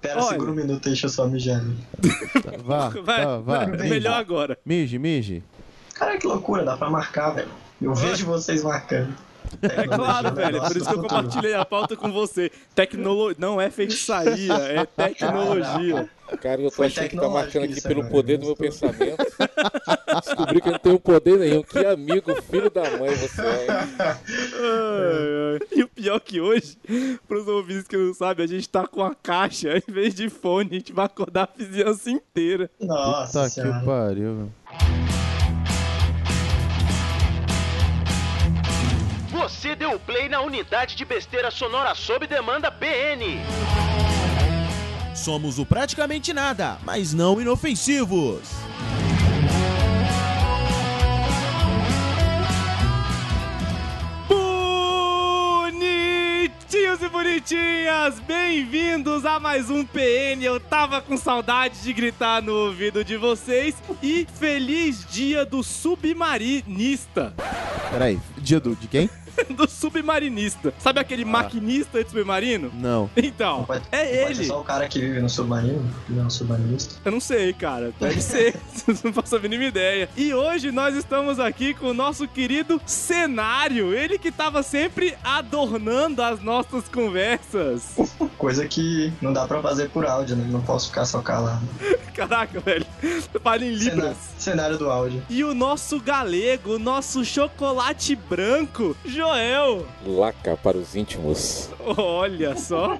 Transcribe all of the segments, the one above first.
Pera, Olha. segura um minuto, deixa eu só mijar. Tá, Vá, Vai, vá, vá. vai, melhor agora. Mije, mije. Cara, que loucura, dá pra marcar, velho. Eu vejo vocês marcando. É claro, velho. Por isso que eu compartilhei a pauta com você. Tecnologia. Não é feitiçaria, é tecnologia. Cara, eu tô Foi achando que tá tecnológico marcando aqui isso pelo agora, poder eu do meu estou- pensamento. Descobri que eu não tenho poder nenhum. Que amigo, filho da mãe você é. hein? Ai, ai. E o pior que hoje, pros ouvintes que não sabem, a gente tá com a caixa, em vez de fone, a gente vai acordar a vizinhança inteira. Nossa Tá que senhora. pariu, velho. Você deu play na unidade de besteira sonora sob demanda BN. Somos o praticamente nada, mas não inofensivos. Bonitinhos e bonitinhas, bem-vindos a mais um PN. Eu tava com saudade de gritar no ouvido de vocês e feliz dia do submarinista. Peraí, dia do, de quem? Do submarinista. Sabe aquele maquinista de submarino? Não. Então, Ah. Pode- é pode ser ele. só um- o cara que vive no submarino, que não é um submarinista. Eu não sei, cara. Deve ser. não faço a mínima ideia. E hoje nós estamos aqui com o nosso querido cenário. Ele que tava sempre adornando as nossas conversas. Coisa que não dá pra fazer por áudio, né? Não posso ficar só calado. Caraca, velho. Fala em Cenário, libras. cenário do áudio. E o nosso galego, o nosso chocolate branco, Joel. Laca para os íntimos. Olha só.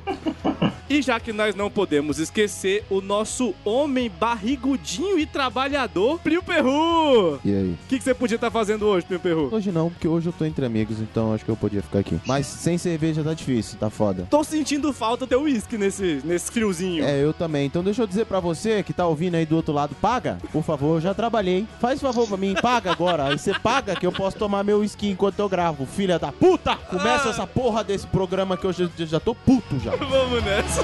E já que nós não podemos esquecer o nosso homem barrigudinho e trabalhador, Plio Perru. E aí? O que, que você podia estar fazendo hoje, Plio Perru? Hoje não, porque hoje eu tô entre amigos, então acho que eu podia ficar aqui. Mas sem cerveja tá difícil, tá foda. Tô sentindo falta ter uísque nesse, nesse friozinho. É, eu também. Então deixa eu dizer pra você que tá ouvindo aí do outro lado, paga, por favor, eu já trabalhei. Faz favor pra mim, paga agora. Aí você paga que eu posso tomar meu skin enquanto eu gravo, filha da puta! Começa Ah. essa porra desse programa que eu já, já tô puto já. Vamos nessa.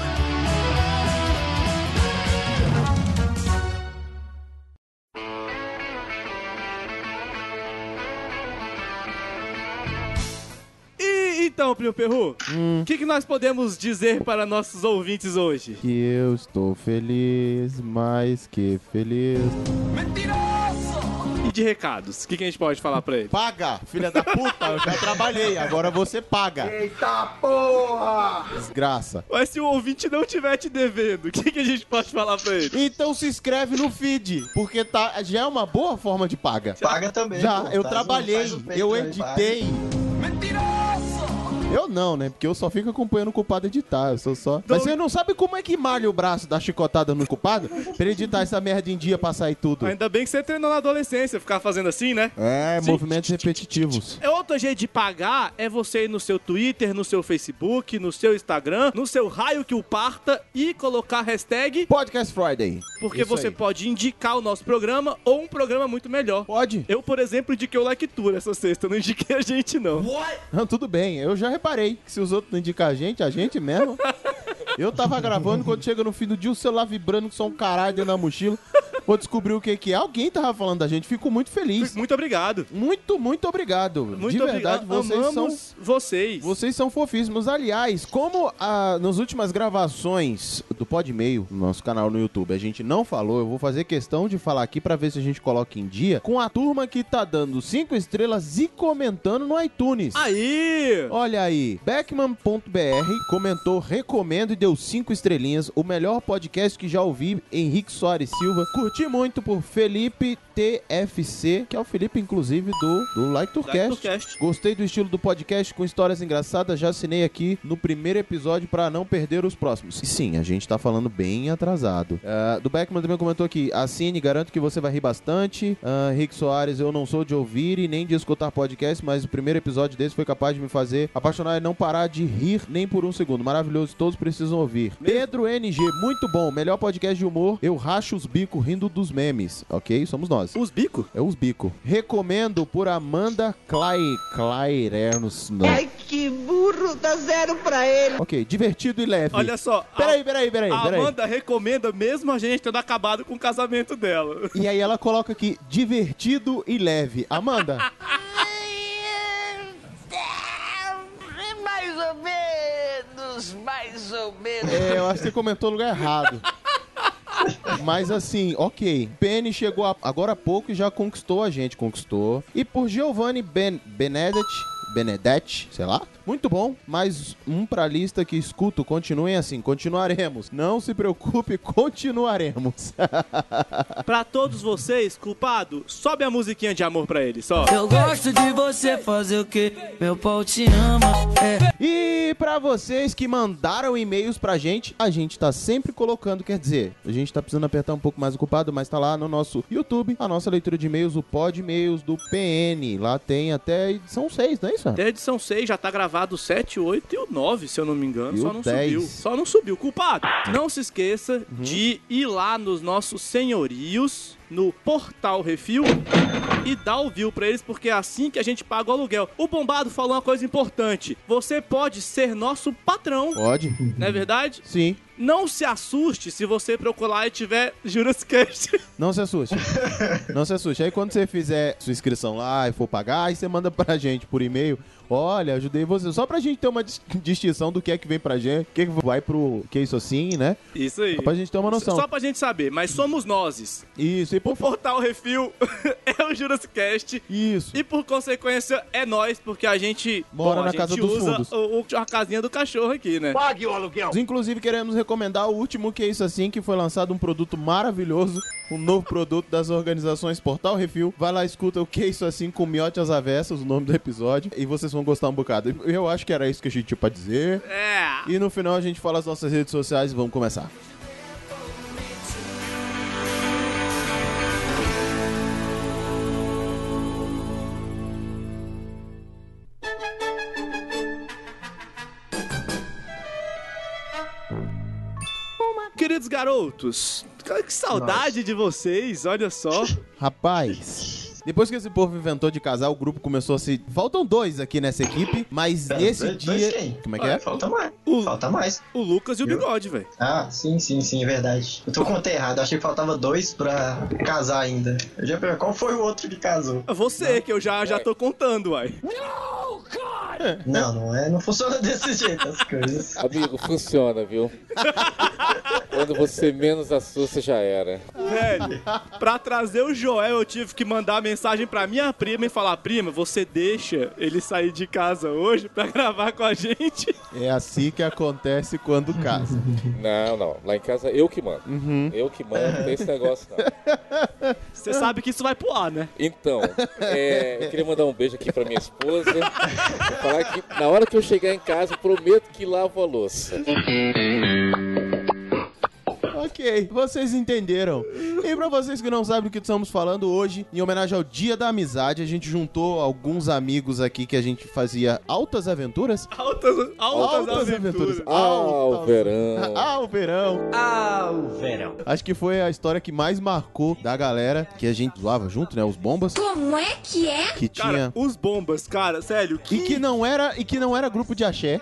E Então, Plio Perru, o que, que nós podemos dizer para nossos ouvintes hoje? Que eu estou feliz, mais que feliz. E de recados, o que, que a gente pode falar para eles? Paga, filha da puta, eu já trabalhei, agora você paga. Eita porra! Desgraça. Mas se o ouvinte não tiver te devendo, o que, que a gente pode falar para ele? Então se inscreve no feed, porque tá, já é uma boa forma de paga. Paga também. Já, pô. eu Faz um- trabalhei, faz um eu Patreon e paga. editei. Mentiroso! Eu não, né? Porque eu só fico acompanhando o culpado editar, eu sou só... Mas você não sabe como é que malha o braço da chicotada no culpado pra ele editar essa merda em dia, passar e tudo. Ainda bem que você treinou na adolescência, ficar fazendo assim, né? É, Sim. movimentos repetitivos. É outro jeito de pagar é você ir no seu Twitter, no seu Facebook, no seu Instagram, no seu raio que o parta e colocar hashtag, Podcast Friday. porque Isso você aí. pode indicar o nosso programa ou um programa muito melhor. Pode? Eu, por exemplo, indiquei o Lectura essa sexta, não indiquei a gente, não. Não, tudo bem, eu já reparei que se os outros não indicam a gente, a gente mesmo. Eu tava gravando, quando chega no fim do dia, o celular vibrando com só um caralho dentro da mochila. Vou descobrir o que que é. Alguém tava falando da gente, fico muito feliz. Muito obrigado. Muito, muito obrigado. Muito De verdade, obrigado. vocês Amamos são. vocês. Vocês são fofíssimos. Aliás, como ah, nas últimas gravações do Podmeio, no nosso canal no YouTube, a gente não falou, eu vou fazer questão de falar aqui pra ver se a gente coloca em dia com a turma que tá dando cinco estrelas e comentando no iTunes. Aí! Olha aí, Beckman.br comentou, recomendo e deu cinco estrelinhas. O melhor podcast que já ouvi, Henrique Soares Silva. Curti muito por Felipe TFC, que é o Felipe, inclusive, do, do Like Like Tourcast. Tourcast. Gostei do estilo do podcast com histórias engraçadas. Já assinei aqui no primeiro episódio pra não perder os próximos. E sim, a gente tá falando bem atrasado. Ah, do Beckman também comentou aqui: assine, garanto que você vai rir bastante. Ah, Henrique Soares, eu não sou de ouvir e nem de escutar podcast, mas o primeiro episódio desse foi capaz de me fazer apaixonar e não parar de rir nem por um segundo. Maravilhoso, todos precisam ouvir. Pedro NG, muito bom, melhor podcast de humor. Eu racho os bicos rindo dos memes, ok? Somos nós. Os bicos? É os bico. Recomendo por Amanda Clay Clairernos. Ai, que burro, dá zero pra ele. Ok, divertido e leve. Olha só. a- Peraí, peraí, peraí, a peraí. Amanda recomenda mesmo a gente tendo acabado com o casamento dela. E aí ela coloca aqui, divertido e leve. Amanda, Mais ou menos, mais ou menos. É, eu acho que você comentou no lugar errado. Mas assim, ok. Penny chegou a- agora há pouco e já conquistou a gente, conquistou. E por Giovanni ben Benedetti, Benedetti, sei lá. Muito bom. Mais um pra lista que escuto. Continuem assim, continuaremos. Não se preocupe, continuaremos. Pra todos vocês, culpado, sobe a musiquinha de amor pra ele, só. Eu gosto de você fazer o que? Meu pau te ama. É, E pra vocês que mandaram e-mails pra gente, a gente tá sempre colocando, quer dizer, a gente tá precisando apertar um pouco mais o culpado, mas tá lá no nosso YouTube, a nossa leitura de e-mails, o pod e-mails do PN. Lá tem até edição 6, não é isso? Até a edição 6 já tá gravado o 7, 8 e o 9, se eu não me engano. E Só o não 10. subiu. Só não subiu. Culpado, não se esqueça de ir lá nos nossos senhorios, no Portal Refil, e dar o view pra eles, porque é assim que a gente paga o aluguel. O Bombado falou uma coisa importante. Você pode ser nosso patrão, Pode? não é verdade? Sim. Não se assuste se você procurar e tiver Jurascast. Não se assuste. Não se assuste. Aí quando você fizer sua inscrição lá e for pagar, aí você manda pra gente por e-mail. Olha, ajudei você. Só pra gente ter uma dis- distinção do que é que vem pra gente, o que, é que vai pro que é isso assim, né? Isso aí. Só pra gente ter uma noção. Só pra gente saber, mas somos nós. Isso, e por O favor. Portal Refil é o Jurascast. Isso. E por consequência, é nós, porque a gente. Mora bom, na a gente casa dos usa fundos. o- o- a casinha do cachorro aqui, né? Pague o aluguel. Inclusive, queremos recomendar o último Que é Isso Assim, que foi lançado um produto maravilhoso, um novo produto das organizações Portal Refil. Vai lá, escuta o Que é Isso Assim com Miote às Avessas, o nome do episódio, e vocês vão gostar um bocado. Eu acho que era isso que a gente tinha pra dizer. É. E no final a gente fala as nossas redes sociais e vamos começar. Queridos garotos, que saudade de vocês, olha só. Rapaz. Depois que esse povo inventou de casar, o grupo começou a se. Faltam dois aqui nessa equipe, mas nesse dois, dia. dois quem? Como é que é? Falta mais. O- Falta mais. O Lucas e o Bigode, velho. Ah, sim, sim, sim, verdade. Eu tô contei errado. Achei que faltava dois pra casar ainda. Eu já perguntei qual foi o outro que casou. É Você, que eu já, já tô contando, uai. Não, não é. Não funciona desse jeito as coisas. Amigo, funciona, viu? Quando você menos assusta, já era. Velho, pra trazer o Joel, eu tive que mandar mensagem pra minha prima e falar: prima, você deixa ele sair de casa hoje pra gravar com a gente? É assim que acontece quando casa. Não, não. Lá em casa eu que mando. Eu que mando, não tem esse negócio não. Você sabe que isso vai pro ar, né? Então, é, eu queria mandar um beijo aqui pra minha esposa. Falar que na hora que eu chegar em casa, eu prometo que lavo a louça. ok, vocês entenderam. E pra vocês que não sabem do que estamos falando hoje, em homenagem ao Dia da Amizade, a gente juntou alguns amigos aqui que a gente fazia altas aventuras. Altas, altas, aventuras. Ao verão. Ao verão. É. Ao verão. Acho que foi a história que mais marcou da galera que a gente zoava junto, né? Os bombas. Como é que é? Que Cara, tinha. os bombas, cara, sério, que, E que não era, e que não era grupo de axé.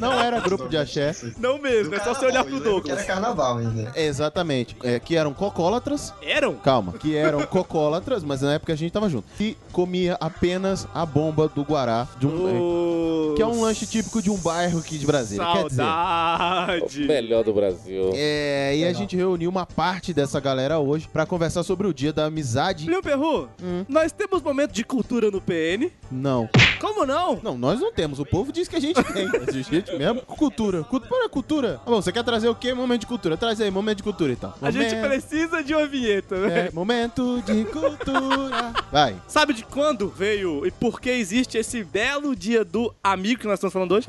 não era grupo de axé. Não Do mesmo, é só você carnaval, olhar eu pro né? lembro que Era Douglas. carnaval ainda. Exatamente. É, que eram cocólatras. Eram? Calma, que eram cocólatras, mas na época a gente tava junto. Que comia apenas a bomba do Guará. De um, Ô, que é um lanche típico de um bairro aqui de Brasília. Quer dizer, Saudade. O melhor do Brasil. é, e a gente reuniu uma parte dessa galera hoje pra conversar sobre o dia da amizade. Leo Perru, Hum. nós temos momento de cultura no PN. Não. Como não? Não, nós não temos. O povo diz que a gente tem. Mas a gente mesmo. Cultura. Cultura, cultura. Tá bom, você quer trazer o quê? Momento de cultura. Traz aí, momento de cultura então. A gente Momento- precisa de uma vinheta, né? é, momento de cultura. Vai. Sabe de quando veio e por que existe esse belo dia do amigo que nós estamos falando hoje?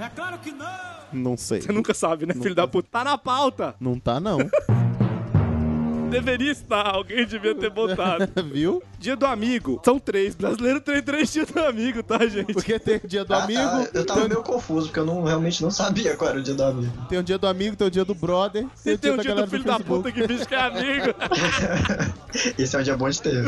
Não sei. Você nunca sabe, né, filho da puta? Tá na pauta. Não tá, não. Deveria estar, alguém devia ter botado. Viu? Dia do amigo. São três. Brasileiro tem três dias do amigo, tá, gente? Porque tem o dia do Ah, amigo, tá, eu tava meio confuso, porque eu não, realmente não sabia qual era o dia do amigo. tem o dia do amigo, tem o dia do brother, Você tem um da dia do galera filho da Facebook. puta que bicho que é amigo. Esse é um dia bom de ter.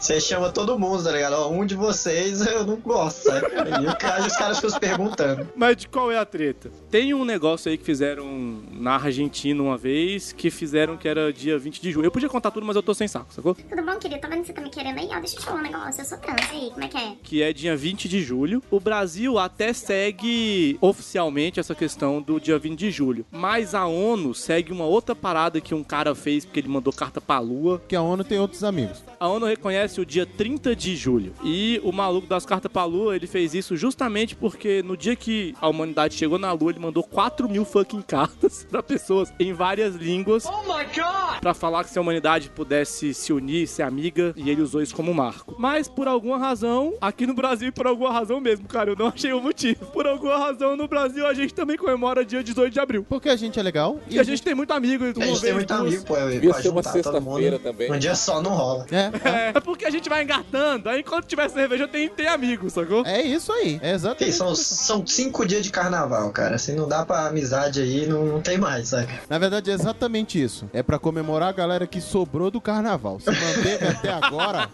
Você chama todo mundo, tá ligado? Ó, um de vocês eu não gosto, sabe? E o cara, os caras ficam se perguntando. Mas de qual é a treta? Tem um negócio aí que fizeram na Argentina uma vez, que fizeram que era dia 20 de junho. Eu podia contar tudo, mas eu tô sem saco, sacou? Tudo bom, querido? Tá vendo que você tá me querendo aí? Ó, deixa eu te falar um negócio. Eu sou trans. E aí, como é que é? Que é dia 20 de julho. O Brasil até segue oficialmente essa questão do dia 20 de julho. Mas a ONU segue uma outra parada que um cara fez porque ele mandou carta pra lua. Porque a é ONU tem outros amigos. A ONU reconhece o dia 30 de julho. E o maluco das cartas pra lua, ele fez isso justamente porque no dia que a humanidade chegou na lua, ele mandou 4 mil fucking cartas pra pessoas em várias línguas. Oh my God! Pra falar que se a humanidade pudesse se unir, ser amiga, e ele usou isso como marco. Mas por alguma razão, aqui no Brasil, e por alguma razão mesmo, cara, eu não achei o motivo. Por alguma razão, no Brasil, a gente também comemora dia 18 de abril. Porque a gente é legal. E a gente tem muito amigo. A gente tem muito amigo, pô, Devia pra ser uma juntar todo sexta-feira mundo. também. Um dia só não rola. É, É, é porque a gente vai engatando, aí enquanto tiver cerveja tem, tem amigo, sacou? é isso aí. É Que exatamente. isso, são, são cinco dias de carnaval, cara. Se não dá pra amizade aí, não, não tem mais, sabe? Na verdade, é exatamente isso. É pra comemorar a galera que sobrou do carnaval. Se manteve até agora,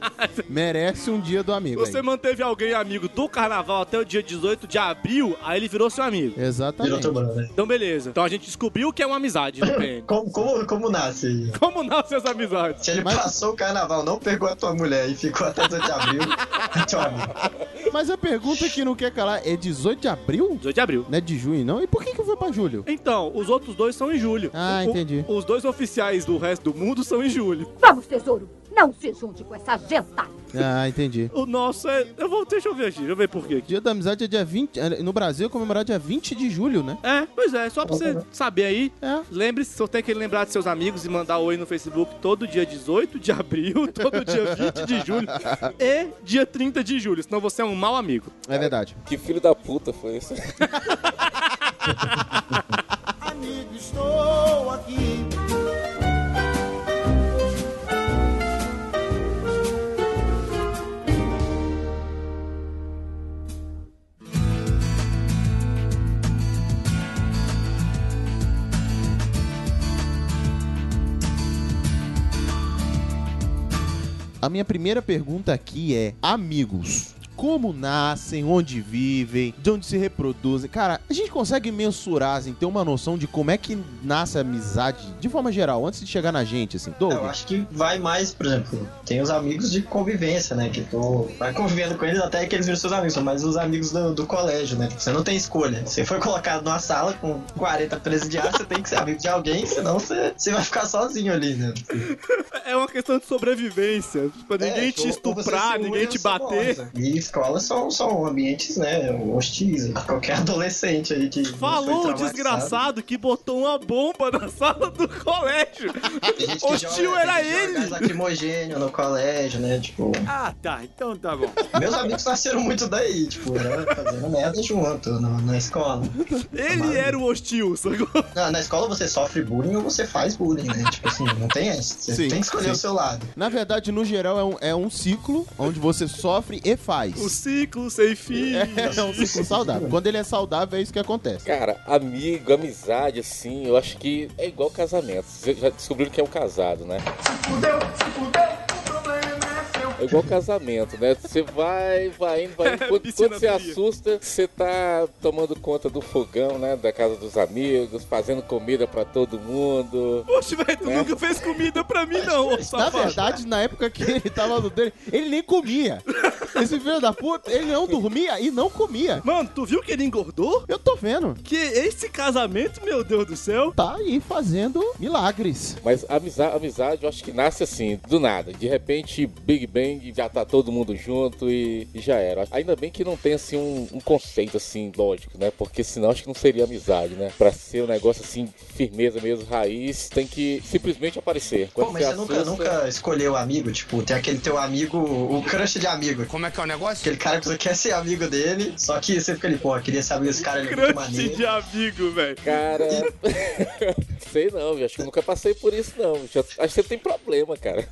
merece um dia do amigo. Você aí. manteve alguém amigo do carnaval até o dia 18 de abril, aí ele virou seu amigo. Virou Exatamente. outro brother. Então beleza. Então a gente descobriu o que é uma amizade no PN. Como, como, como nasce? Como nascem as amizades? Se ele Mas- passou o carnaval, não pegou a tua mulher e ficou até 18 de abril, é teu amigo. Mas a pergunta que não quer calar é 18 de abril? 18 de abril. Não é de junho, não? E por que que foi pra julho? Então, os outros dois são em julho. Ah, O- entendi. Os dois oficiais do resto do mundo são em julho. Vamos, tesouro, não se junte com essa jenta. Ah, entendi. O nosso é. Eu vou. Deixa eu ver aqui, deixa eu ver por quê aqui. Dia da Amizade é dia 20. eh, No Brasil é comemorado dia 20 de julho, né? É, pois é, só pra você saber aí. É. Lembre-se, só tem que lembrar de seus amigos e mandar oi no Facebook todo dia 18 de abril, todo dia 20 de julho e dia 30 de julho, senão você é um mau amigo. É verdade. Que filho da puta foi isso? Amigo, estou aqui. A minha primeira pergunta aqui é: amigos. Como nascem, onde vivem, de onde se reproduzem. Cara, a gente consegue mensurar, assim, ter uma noção de como é que nasce a amizade, de forma geral, antes de chegar na gente, assim. Eu Doug, acho que vai mais, por exemplo, tem os amigos de convivência, né? Que tu vai convivendo com eles até que eles viram seus amigos, mas os amigos do, do colégio, né? Você não tem escolha. Você foi colocado numa sala com 40 presidiários, você tem que ser amigo de alguém, senão você, você vai ficar sozinho ali, né? É uma questão de sobrevivência. Pra ninguém É, te ou- ou você estuprar, se une ninguém ou te você morre, né? bater. sabe? E escolas são, são ambientes, né? Hostis. Qualquer adolescente aí que. Falou foi o traumatizado. desgraçado que botou uma bomba na sala do colégio. Tem gente que O joga- tio tem era gente que joga ele. gás lacrimogênio no colégio, né? Tipo. Ah, tá, então tá bom. Meus amigos nasceram muito daí, tipo, né? Fazendo merda junto no- na escola. Ele era o hostil, sacou? Na, na escola você sofre bullying ou você faz bullying, né? Tipo assim, não tem essa. Você Sim, tem que escolher sim. o seu lado. na verdade, no geral, é um, é um ciclo onde você sofre e O faz. ciclo sem fim. É um ciclo saudável. Quando ele é saudável, é isso que acontece. Cara, amigo, amizade, assim, eu acho que é igual casamento. Vocês já descobriram que é o casado, né? É igual casamento, né? Você vai, vai indo, vai indo. Quando, Piscina quando você fria. assusta, você tá tomando conta do fogão, né? Da casa dos amigos, fazendo comida pra todo mundo. Poxa, velho, É. tu nunca fez comida pra mim, Tá não, ô Na safado. verdade, na época que ele tava no dele, ele nem comia. Esse filho da puta, ele não dormia e não comia. Mano, tu viu que ele engordou? Eu tô vendo. Que esse casamento, meu Deus do céu. Tá aí fazendo milagres. Mas a amizade, amizade, eu acho que nasce assim, do nada. De repente, Big Bang, já tá todo mundo junto e, e já era. Ainda bem que não tem, assim, um, um conceito, assim, lógico, né? Porque senão acho que não seria amizade, né? Pra ser um negócio, assim, firmeza mesmo, raiz, tem que simplesmente aparecer. Quando Pô, mas você nunca, assusta- nunca escolheu amigo, tipo, tem aquele teu amigo, o crush de amigo. Como é que é o negócio? Aquele cara que você quer ser amigo dele, só que você fica ali, pô, eu queria ser amigo desse cara, ele é muito Crush maneiro. de amigo, velho. Cara, sei não, eu acho que eu nunca passei por isso não. Já- acho que você tem problema, cara.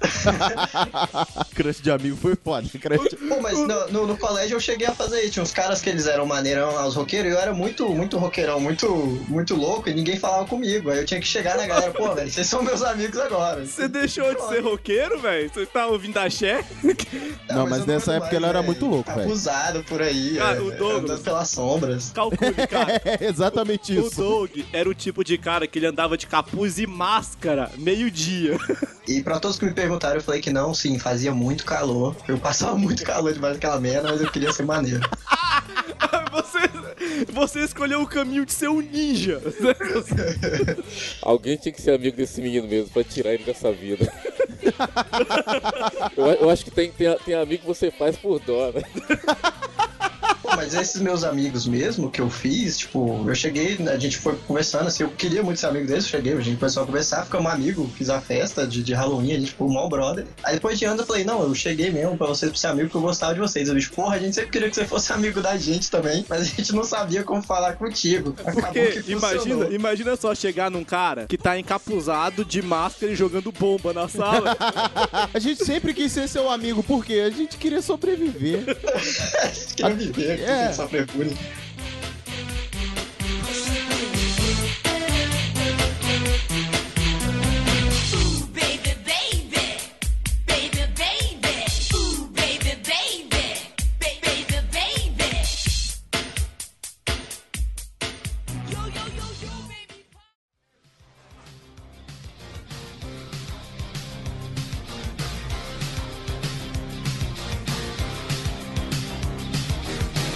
crush de amigo foi foda. Crush... Pô, mas no, no- no colégio eu cheguei a fazer isso. Tinha uns caras que eles eram maneirão lá, os roqueiros, e eu era muito, muito roqueirão, muito, muito louco, e ninguém falava comigo. Aí eu tinha que chegar na galera, pô, velho, vocês são meus amigos agora. Você deixou de ser roqueiro, velho? Você tá ouvindo axé? Não, mas Tá, eu nessa ando época ele era muito louco, velho. Abusado por aí, Cara, é, o Douglas- andando pelas sombras. Calcule, cara. É exatamente O isso. Doug era o tipo de cara que ele andava de capuz e máscara meio-dia. E pra todos que me perguntaram, eu falei que não, sim, fazia muito calor. Eu passava muito calor debaixo daquela merda, mas eu queria ser maneiro. Você, você escolheu o caminho de ser um ninja. Alguém tinha que ser amigo desse menino mesmo pra tirar ele dessa vida. eu, eu acho que tem, tem, tem amigo que você faz por dó, né? Pô, mas esses meus amigos mesmo que eu fiz, tipo, eu cheguei, né, a gente foi conversando, assim, eu queria muito ser amigo deles, eu cheguei, a gente começou a conversar, ficamos amigos, fiz a festa de, de Halloween, a gente ficou mal brother. Aí depois de anos eu falei, não, eu cheguei mesmo pra vocês, pra ser amigo, porque eu gostava de vocês. Eu disse, porra, a gente sempre queria que você fosse amigo da gente também, mas a gente não sabia como falar contigo. Acabou Porque que imagina, funcionou. imagina só chegar num cara que tá encapuzado de máscara e jogando bomba na sala. A gente sempre quis ser seu amigo, porque a gente queria sobreviver. Queria viver, É. é. só precure. Baby, baby, baby, baby, ooh, baby, baby, baby, baby. Yo, yo, yo, yo, baby.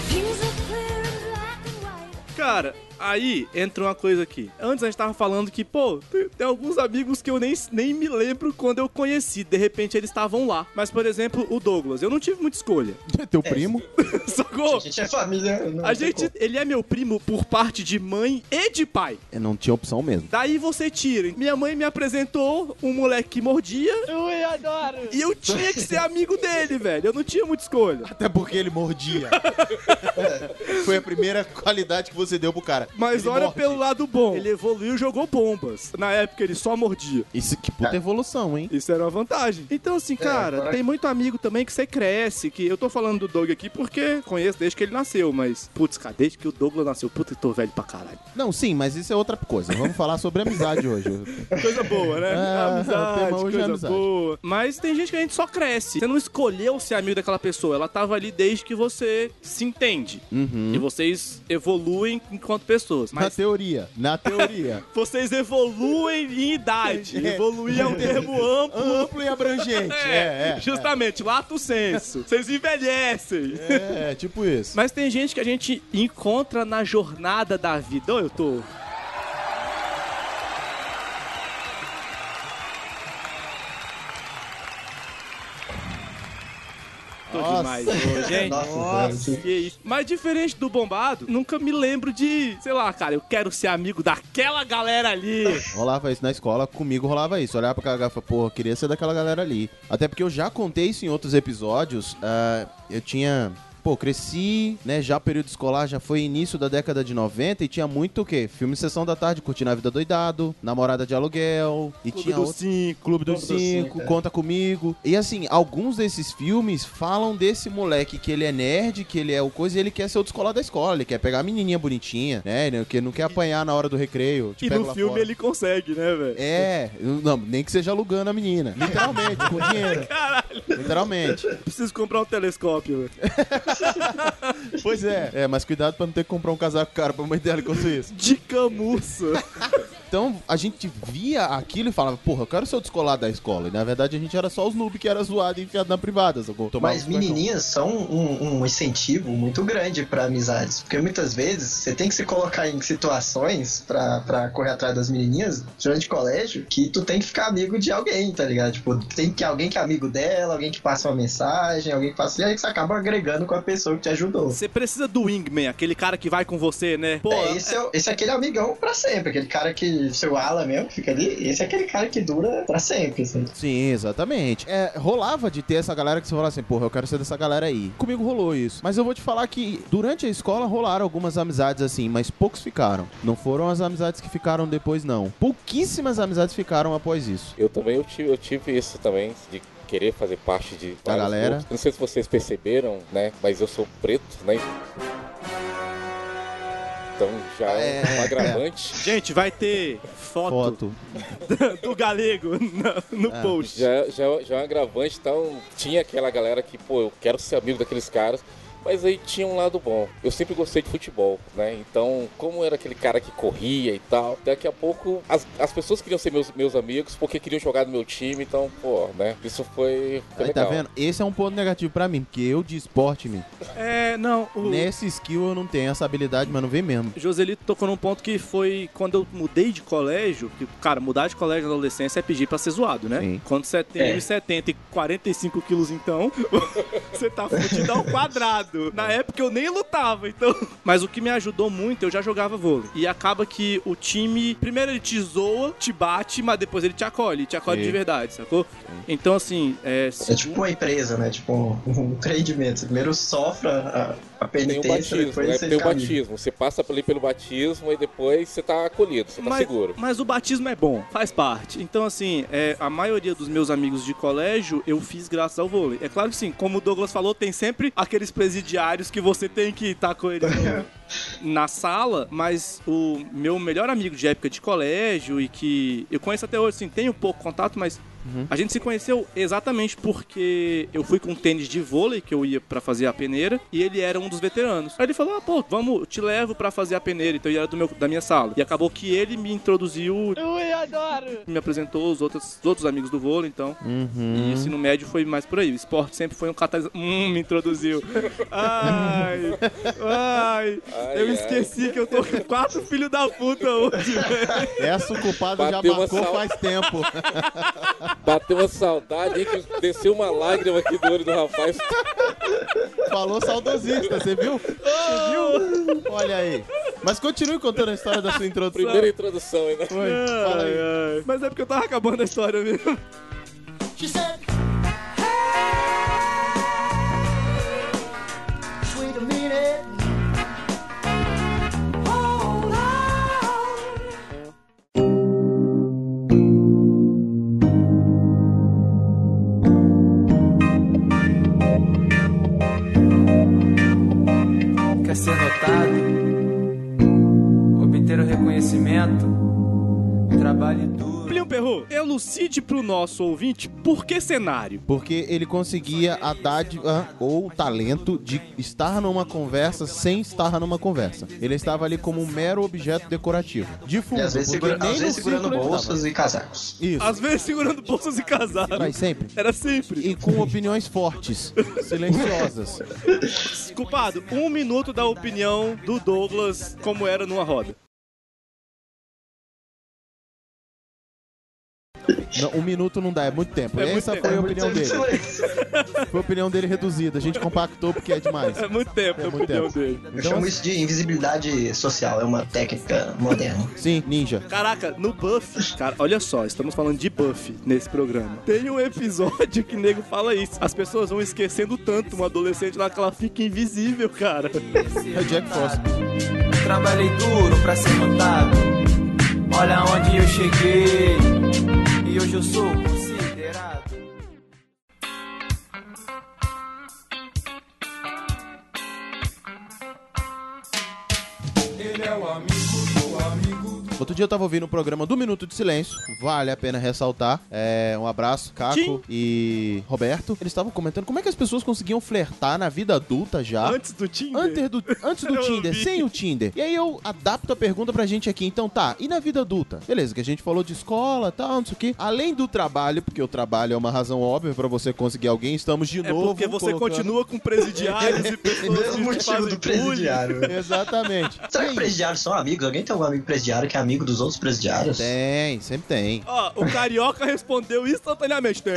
Views are clear in black and white. Cara, aí entra uma coisa aqui. Antes a gente tava falando que, pô, tem, tem alguns amigos que eu nem, nem me lembro quando eu conheci. De repente eles estavam lá. Mas, por exemplo, o Douglas, eu não tive muita escolha. Teu primo? A Sacou? gente é família. não A tem gente, como. ele é meu primo por parte de mãe e de pai. É, Não tinha opção mesmo. Daí você tira. Minha mãe me apresentou um moleque que mordia. Eu adoro. E eu tinha que ser amigo dele, velho. Eu não tinha muita escolha. Até porque ele mordia. Foi a primeira qualidade que você deu pro cara. Mas Ele olha morde. pelo lado bom. Ele evoluiu e jogou bombas. Na época ele só mordia. Isso que puta evolução, hein? Isso era uma vantagem. Então, assim, cara, agora- tem muito amigo também que você cresce. Que eu tô falando do Doug aqui porque conheço desde que ele nasceu, mas. Putz, cara, desde que o Douglas nasceu, puta, eu tô velho pra caralho. Não, sim, mas isso é outra coisa. Vamos falar sobre amizade hoje. Coisa boa, né? É, amizade, o tema hoje é coisa amizade. boa. Mas tem gente que a gente só cresce. Você não escolheu ser amigo daquela pessoa. Ela tava ali desde que você se entende. Uhum. E vocês evoluem enquanto pessoas. Na Mas teoria, na teoria. vocês evoluem em idade. Tá. É. Evoluir é um termo amplo. Amplo e abrangente. É, é. justamente, lato senso. Vocês envelhecem. É, é, tipo isso. Mas tem gente que a gente encontra na jornada da vida. Ô, eu tô. Tô Nossa. demais hoje, hein? Nossa, Nossa, que isso. Mas diferente do bombado, nunca me lembro de, sei lá, cara, eu quero ser amigo daquela galera ali. Rolava isso na escola, comigo rolava isso. Olhava pra cara e falava, porra, queria ser daquela galera ali. Até porque eu já contei isso em outros episódios. ah, eu tinha. Pô, cresci, né? Já período escolar já foi início da década de 90 e tinha muito o quê? Filme Sessão da Tarde, Curtindo a Vida Doidado, Namorada de Aluguel. E Clube tinha dos outro- Cinco. Clube dos Clube dos Cinco, Cinco, é. Conta Comigo. E assim, alguns desses filmes falam desse moleque que ele é nerd, que ele é o coisa e ele quer ser o descolar da escola. Ele quer pegar a menininha bonitinha, né? ele- Que não quer apanhar na hora do recreio. te E pega no lá filme fora. ele consegue, né, velho? É, não, nem que seja alugando a menina. Literalmente, com dinheiro. Literalmente. Preciso comprar um telescópio, velho. Pois é. É, mas cuidado pra não ter que comprar um casaco caro pra mãe dela enquanto isso. De camurça. Então a gente via aquilo e falava, porra, eu quero ser o descolado da escola. E na verdade a gente era só os noob que era zoado e enfiado na privada, sacou? Tomava Mas os cartão. menininhas são um, um incentivo muito grande pra amizades, porque muitas vezes você tem que se colocar em situações pra pra correr atrás das menininhas durante o colégio, que tu tem que ficar amigo de alguém, tá ligado? Tipo, tem que alguém que é amigo dela, alguém que passa uma mensagem, alguém que passa, e aí você acaba agregando com a a pessoa que te ajudou. Você precisa do wingman, aquele cara que vai com você, né? Pô, é, esse, é, o- esse é aquele amigão pra sempre, aquele cara que seu ala mesmo que fica ali, esse é aquele cara que dura pra sempre, assim. Sim, exatamente. É, rolava de ter essa galera que você falava assim, porra, eu quero ser dessa galera aí. Comigo rolou isso. Mas eu vou te falar que durante a escola rolaram algumas amizades assim, mas poucos ficaram. Não foram as amizades que ficaram depois, não. Pouquíssimas amizades ficaram após isso. Eu também eu tive, eu tive isso também, de querer fazer parte de Da vários galera. Não sei se vocês perceberam, né? Mas eu sou preto, né? Então já é um agravante. Gente, vai ter foto, Foto. Ah. do galego no, no post. Já, já, já é um agravante, então tinha aquela galera que, pô, eu quero ser amigo daqueles caras. Mas aí tinha um lado bom. Eu sempre gostei de futebol, né? Então, como era aquele cara que corria e tal, daqui a pouco as, as pessoas queriam ser meus, meus amigos porque queriam jogar no meu time. Então, pô, né? Isso foi, foi Aí, tá legal. vendo? Esse é um ponto negativo pra mim, porque eu de esporte, me É, não, o nesse skill eu não tenho essa habilidade, mas não vem mesmo. Joselito tocou num ponto que foi quando eu mudei de colégio, que, cara, mudar de colégio na adolescência é pedir pra ser zoado, né? Sim. Quando você tem É. 1,70 e 45 quilos, então, você tá fudido ao quadrado. Na época eu nem lutava, então. Mas o que me ajudou muito, eu já jogava vôlei. E acaba que o time, primeiro ele te zoa, te bate, mas depois ele te acolhe, te acolhe Sim. de verdade, sacou? Então, assim, é. É tipo uma empresa, né? Tipo um, um empreendimento. Você Primeiro sofra a, a Tem o penitência, batismo, depois né? você Tem o fica amigo. batismo. Você passa ali pelo batismo e depois você tá acolhido, você tá mas, seguro. mas o batismo é bom, faz parte. Então, assim, é, a maioria dos meus amigos de colégio eu fiz graças ao vôlei. É claro que sim, como o Douglas falou, tem sempre aqueles presidiários que você tem que estar com ele no- na sala, mas o meu melhor amigo de época de colégio e que eu conheço até hoje, assim, tenho pouco contato, mas a gente se conheceu exatamente porque eu fui com um tênis de vôlei que eu ia pra fazer a peneira e ele era um dos veteranos. Aí ele falou: "Ah, pô, vamos, eu te levo pra fazer a peneira". Então ele era do meu da minha sala. E acabou que ele me introduziu, Ui, adoro! me apresentou os outros os outros amigos do vôlei, então. Uhum. E o ensino médio foi mais por aí. O esporte sempre foi um catalisador. Hum, me introduziu. Ai, ai. Ai, eu ai. esqueci que eu tô com quatro filhos da puta hoje, velho. Essa o culpado já Bateu uma marcou sal- faz tempo. Bateu uma saudade, hein, que desceu uma lágrima aqui do olho do rapaz. Falou saudosista, você viu? Você viu? Olha aí. Mas continue contando a história da sua introdução. Primeira introdução, hein, né? Oi, fala aí. Ai, ai. Mas é porque eu tava acabando a história mesmo. Quer ser notado? Obter o reconhecimento? Trabalhe duro. Plium Perru, elucide pro nosso ouvinte por que cenário? Porque ele conseguia a dádiva ou o talento de estar numa conversa sem estar numa conversa. Ele estava ali como um mero objeto decorativo. De E fundo, às vezes, porque segura- nem às vezes no segurando círculo ele bolsas e casacos. estava. Isso, Às vezes segurando bolsas e casados. mas sempre. Era sempre. E com opiniões fortes, silenciosas. Culpado, um minuto da opinião do Douglas como era numa roda. Não, um minuto não dá, é muito tempo. É muito Essa tempo. foi É a muito opinião dele. silêncio. Foi a opinião dele reduzida. A gente compactou porque é demais. É muito tempo, É na muito opinião tempo. dele. Eu Então, chamo isso de invisibilidade social, é uma técnica moderna. Sim, ninja. Caraca, no Buff, cara, olha só, estamos falando de Buff nesse programa. Tem um episódio que nego fala isso. As pessoas vão esquecendo tanto uma adolescente lá que ela fica invisível, cara. É o Jack Frost. Trabalhei duro pra ser notado. Olha onde eu cheguei. E hoje eu sou considerado. Outro dia eu tava ouvindo um programa do Minuto de Silêncio, vale a pena ressaltar. É, um abraço, Caco Tchim. e Roberto. Eles estavam comentando como é que as pessoas conseguiam flertar na vida adulta já. Antes do Tinder. Antes do, antes do Eu Tinder, ouvi. sem o Tinder. E aí eu adapto a pergunta pra gente aqui. Então tá, e na vida adulta? Beleza, que a gente falou de escola e tal, não sei o quê. Além do trabalho, porque o trabalho é uma razão óbvia pra você conseguir alguém, estamos de É novo. porque você colocando- continua com presidiários e pessoas Mesmo que um motivo fazem do bullying. presidiário. Exatamente. Será E que aí? presidiários são amigos? Alguém tem algum amigo presidiário que é amigo amigo dos outros presidiários? Tem, sempre tem. Ó, o Carioca respondeu instantaneamente. Tem.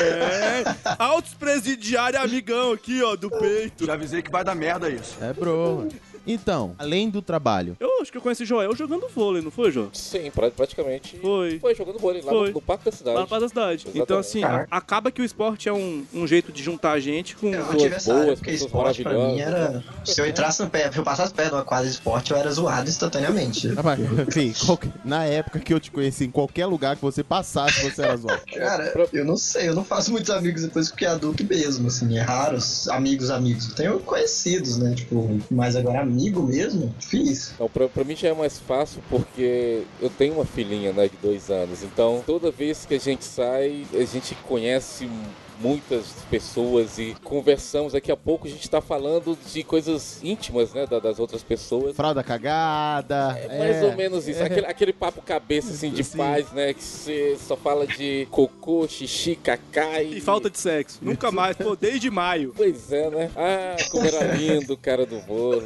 Altos presidiário amigão aqui, ó, do peito. Já avisei que vai dar merda isso. É, bro. Então, além do trabalho, Eu acho que eu conheci Joel jogando vôlei, não foi, Joel? Sim, pra- praticamente. Foi. Foi jogando vôlei lá Foi. no, no Parque da Cidade. Lá na Paz da cidade. Exatamente. Então, assim, Caraca. acaba que o esporte é um, um jeito de juntar a gente com. Eu tive essa área, porque esporte pra mim era. Se eu entrasse no pé, se eu passasse perto de uma quadra de esporte, eu era zoado instantaneamente. Rapaz, enfim, qualquer- na época que eu te conheci, em qualquer lugar que você passasse, você era zoado. É, Cara, eu não sei, eu não faço muitos amigos depois que fiquei adulto mesmo, assim, é raro, amigos, amigos. Eu Tenho conhecidos, né, tipo, mas agora amigo mesmo, difícil. Não, pra, pra mim já é mais fácil porque eu tenho uma filhinha, né, de dois anos. Então, toda vez que a gente sai, a gente conhece muitas pessoas e conversamos. Daqui a pouco a gente tá falando de coisas íntimas, né, da- das outras pessoas. Fralda cagada. É Mais ou menos isso. Aquele, aquele papo cabeça, assim, de Sim. paz, né, que você só fala de cocô, xixi, cacá e... E falta de sexo. Nunca mais, pô, desde maio. Pois é, né? Ah, como era lindo o cara do bolo.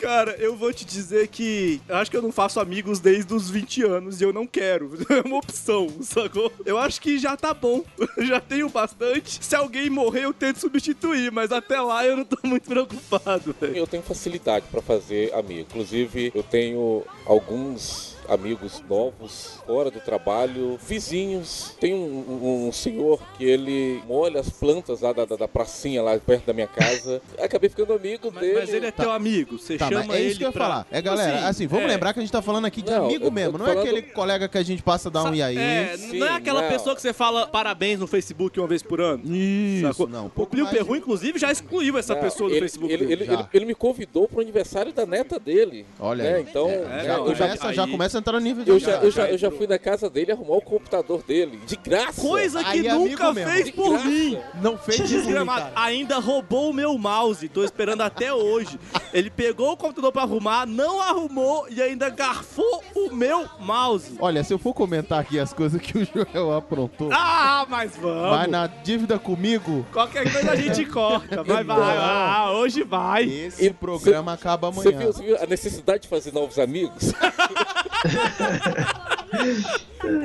Cara, eu vou te dizer que eu acho que eu não faço amigos desde os 20 anos e eu não quero. É uma opção, sacou? Eu acho que já tá bom. Eu já tenho bastante. Se alguém morrer, eu tento substituir, mas até lá eu não tô muito preocupado, velho. Eu tenho facilidade pra fazer amigo. Inclusive, eu tenho alguns amigos novos fora do trabalho, vizinhos. Tem um, um- um senhor que ele molha as plantas lá da, da, da pracinha lá perto da minha casa. Acabei ficando amigo dele. Mas ele é teu amigo, você Tá, chama mas é ele isso que eu ia pra... falar. É, galera, assim, vamos é. lembrar que a gente tá falando aqui de Não, amigo eu tô mesmo. Não é falando- aquele colega que a gente passa dar um e aí. É, não é aquela pessoa que você fala parabéns no Facebook uma vez por ano? Isso, não. O Plio Perru, inclusive, já excluiu essa Não, pessoa do Ah, ele, Facebook. Ele, dele. ele, ele- ele me convidou pro aniversário da neta dele. Olha né? aí. Então, É, já, já- eu já- começa, já aí- começa a entrar no nível de um Eu já, eu, já, amizade. eu já fui na casa dele arrumar o computador dele, de graça. Coisa que Aí é amigo nunca mesmo. fez De por graça. mim. Não fez isso, Desgramado. cara. Ainda roubou o meu mouse. Tô esperando até hoje. Ele pegou o computador pra arrumar, não arrumou e ainda garfou o meu mouse. Olha, se eu for comentar aqui as coisas que o Joel aprontou, Ah, mas vamos. vai na dívida comigo. Qualquer coisa a gente corta. Vai, vai. Não. Ah, hoje vai. Esse E programa acaba Você amanhã. viu, você viu a necessidade de fazer novos amigos?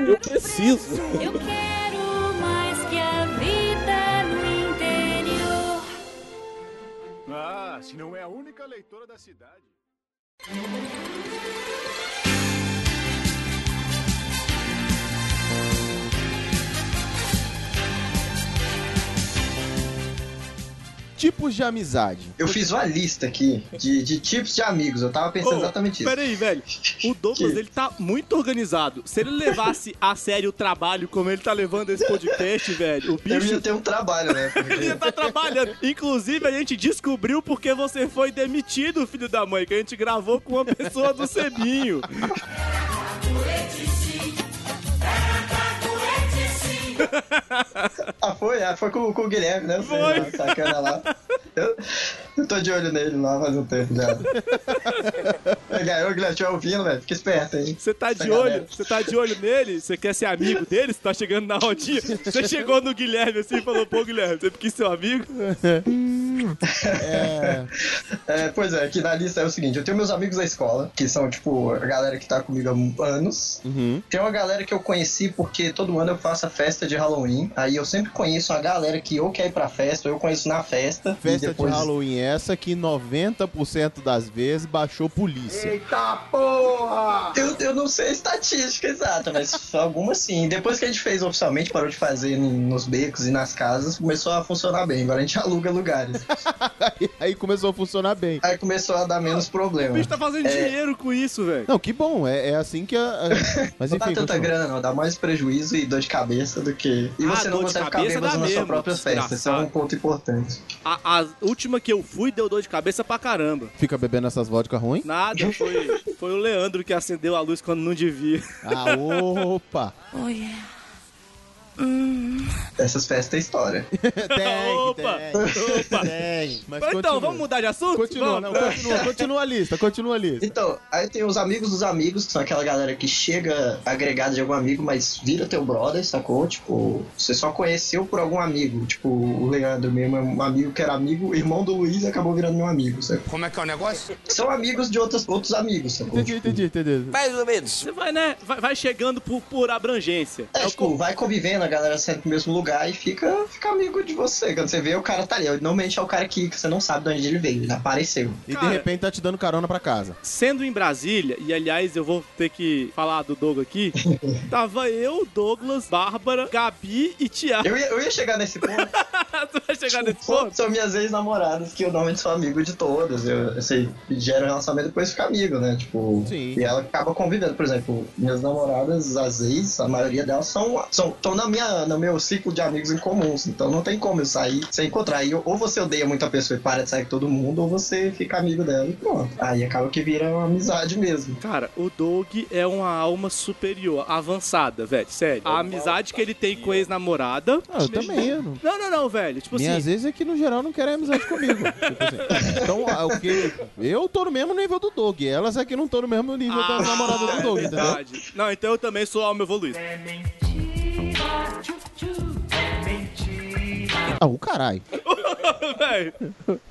eu preciso. Eu quero mais que a vida no interior. Ah, se não é a única leitora da cidade. Tipos de amizade. Eu fiz uma lista aqui de, de tipos de amigos, eu tava pensando Ô, exatamente isso. Peraí, velho. O Douglas, ele tá muito organizado. Se ele levasse a sério o trabalho como ele tá levando esse podcast, velho, o Eu bicho ia ter um trabalho, né? Ele Porque tá trabalhando. Inclusive, a gente descobriu porque você foi demitido, filho da mãe, que a gente gravou com uma pessoa do Sebinho. ah, foi, ah, foi com, com o Guilherme, né? Foi. Foi. sacana lá. Eu, eu tô de olho nele lá faz um tempo já. é, Ô, Guilherme, tô ouvindo, velho. Fica esperto aí. Você tá de olho, você tá de olho nele, você quer ser amigo dele, você tá chegando na rodinha. Você chegou no Guilherme assim e falou, pô, Guilherme, você quis ser um amigo? É, pois é, aqui na lista é o seguinte: eu tenho meus amigos da escola, que são, tipo, a galera que tá comigo há anos. Uhum. Tem uma galera que eu conheci porque todo ano eu faço a festa de Halloween. Aí eu sempre conheço a galera que ou quer ir pra festa, ou eu conheço na festa. Festa e depois... de Halloween essa que 90% das vezes baixou polícia. Eita porra! Eu, eu não sei a estatística exata, mas algumas sim. Depois que a gente fez oficialmente, parou de fazer no- nos becos e nas casas, começou a funcionar bem. Agora a gente aluga lugares. Aí começou a funcionar bem. Aí começou a dar menos O problema. bicho tá fazendo dinheiro com isso, velho. Não, que bom, é, é assim que a. a- Mas não dá enfim. tanta continua. grana, não. Dá mais prejuízo e dor de cabeça do que. E Ah, você não dor de consegue ficar cabeça bêbado dá na sua mesmo, própria festa. Isso é um desgraçado. ponto importante. A, a última que eu fui deu dor de cabeça pra caramba. Fica bebendo essas vodka ruim? Nada, foi, foi o Leandro que acendeu a luz quando não devia. Ah, opa! Oh yeah. Essas festas têm história. tem, opa! tem. Opa! Tem. Mas então, continua. vamos mudar de assunto? Continua, Vamos. não, continua, continua a lista, continua a lista. Então, aí tem os amigos dos amigos, que são aquela galera que chega agregada de algum amigo, mas vira teu brother, sacou? Tipo, você só conheceu por algum amigo. Tipo, o Leandro mesmo é um amigo que era amigo, irmão do Luiz e acabou virando meu amigo, sacou? Como é que é o negócio? São amigos de outros, outros amigos, sacou? Tipo, Entendi, entendi, entendi. Mais ou menos. Você vai, né? Vai, vai chegando por, por abrangência. É, tipo, vai convivendo, a galera sempre no mesmo lugar e fica, fica amigo de você. Quando você vê, o cara tá ali. Normalmente é o cara que, que você não sabe de onde ele veio, ele apareceu. E de repente tá te dando carona pra casa. Sendo em Brasília, e aliás eu vou ter que falar do Douglas aqui, tava eu, Douglas, Bárbara, Gabi e Tiago. Eu ia, eu ia chegar nesse ponto. tu vai chegar nesse São- ponto? São minhas ex-namoradas que eu normalmente sou amigo de todas. Eu, assim, gera um relacionamento e depois fica amigo, né? Tipo, e ela acaba convivendo. Por exemplo, minhas namoradas, às vezes, a maioria delas são estão na minha, no meu ciclo de amigos em comuns. Então não tem como eu sair sem encontrar. E, ou você odeia muita pessoa e para de sair com todo mundo, ou você fica amigo dela e pronto. Aí acaba que vira uma amizade mesmo. Cara, o Doug é uma alma superior, avançada, velho, sério. A amizade que ele tem com a ex-namorada. Ah, eu também, eu não- Não, não, não, velho. Tipo Minhas assim. vezes é que no geral não querem amizade comigo. Tipo assim. Então, ah, o que- eu tô no mesmo nível do Doug. Elas é que não tô no mesmo nível da Ah, namorada do é Doug, entendeu? verdade. Não, então eu também sou alma evoluída. Ah, o caralho. Véi,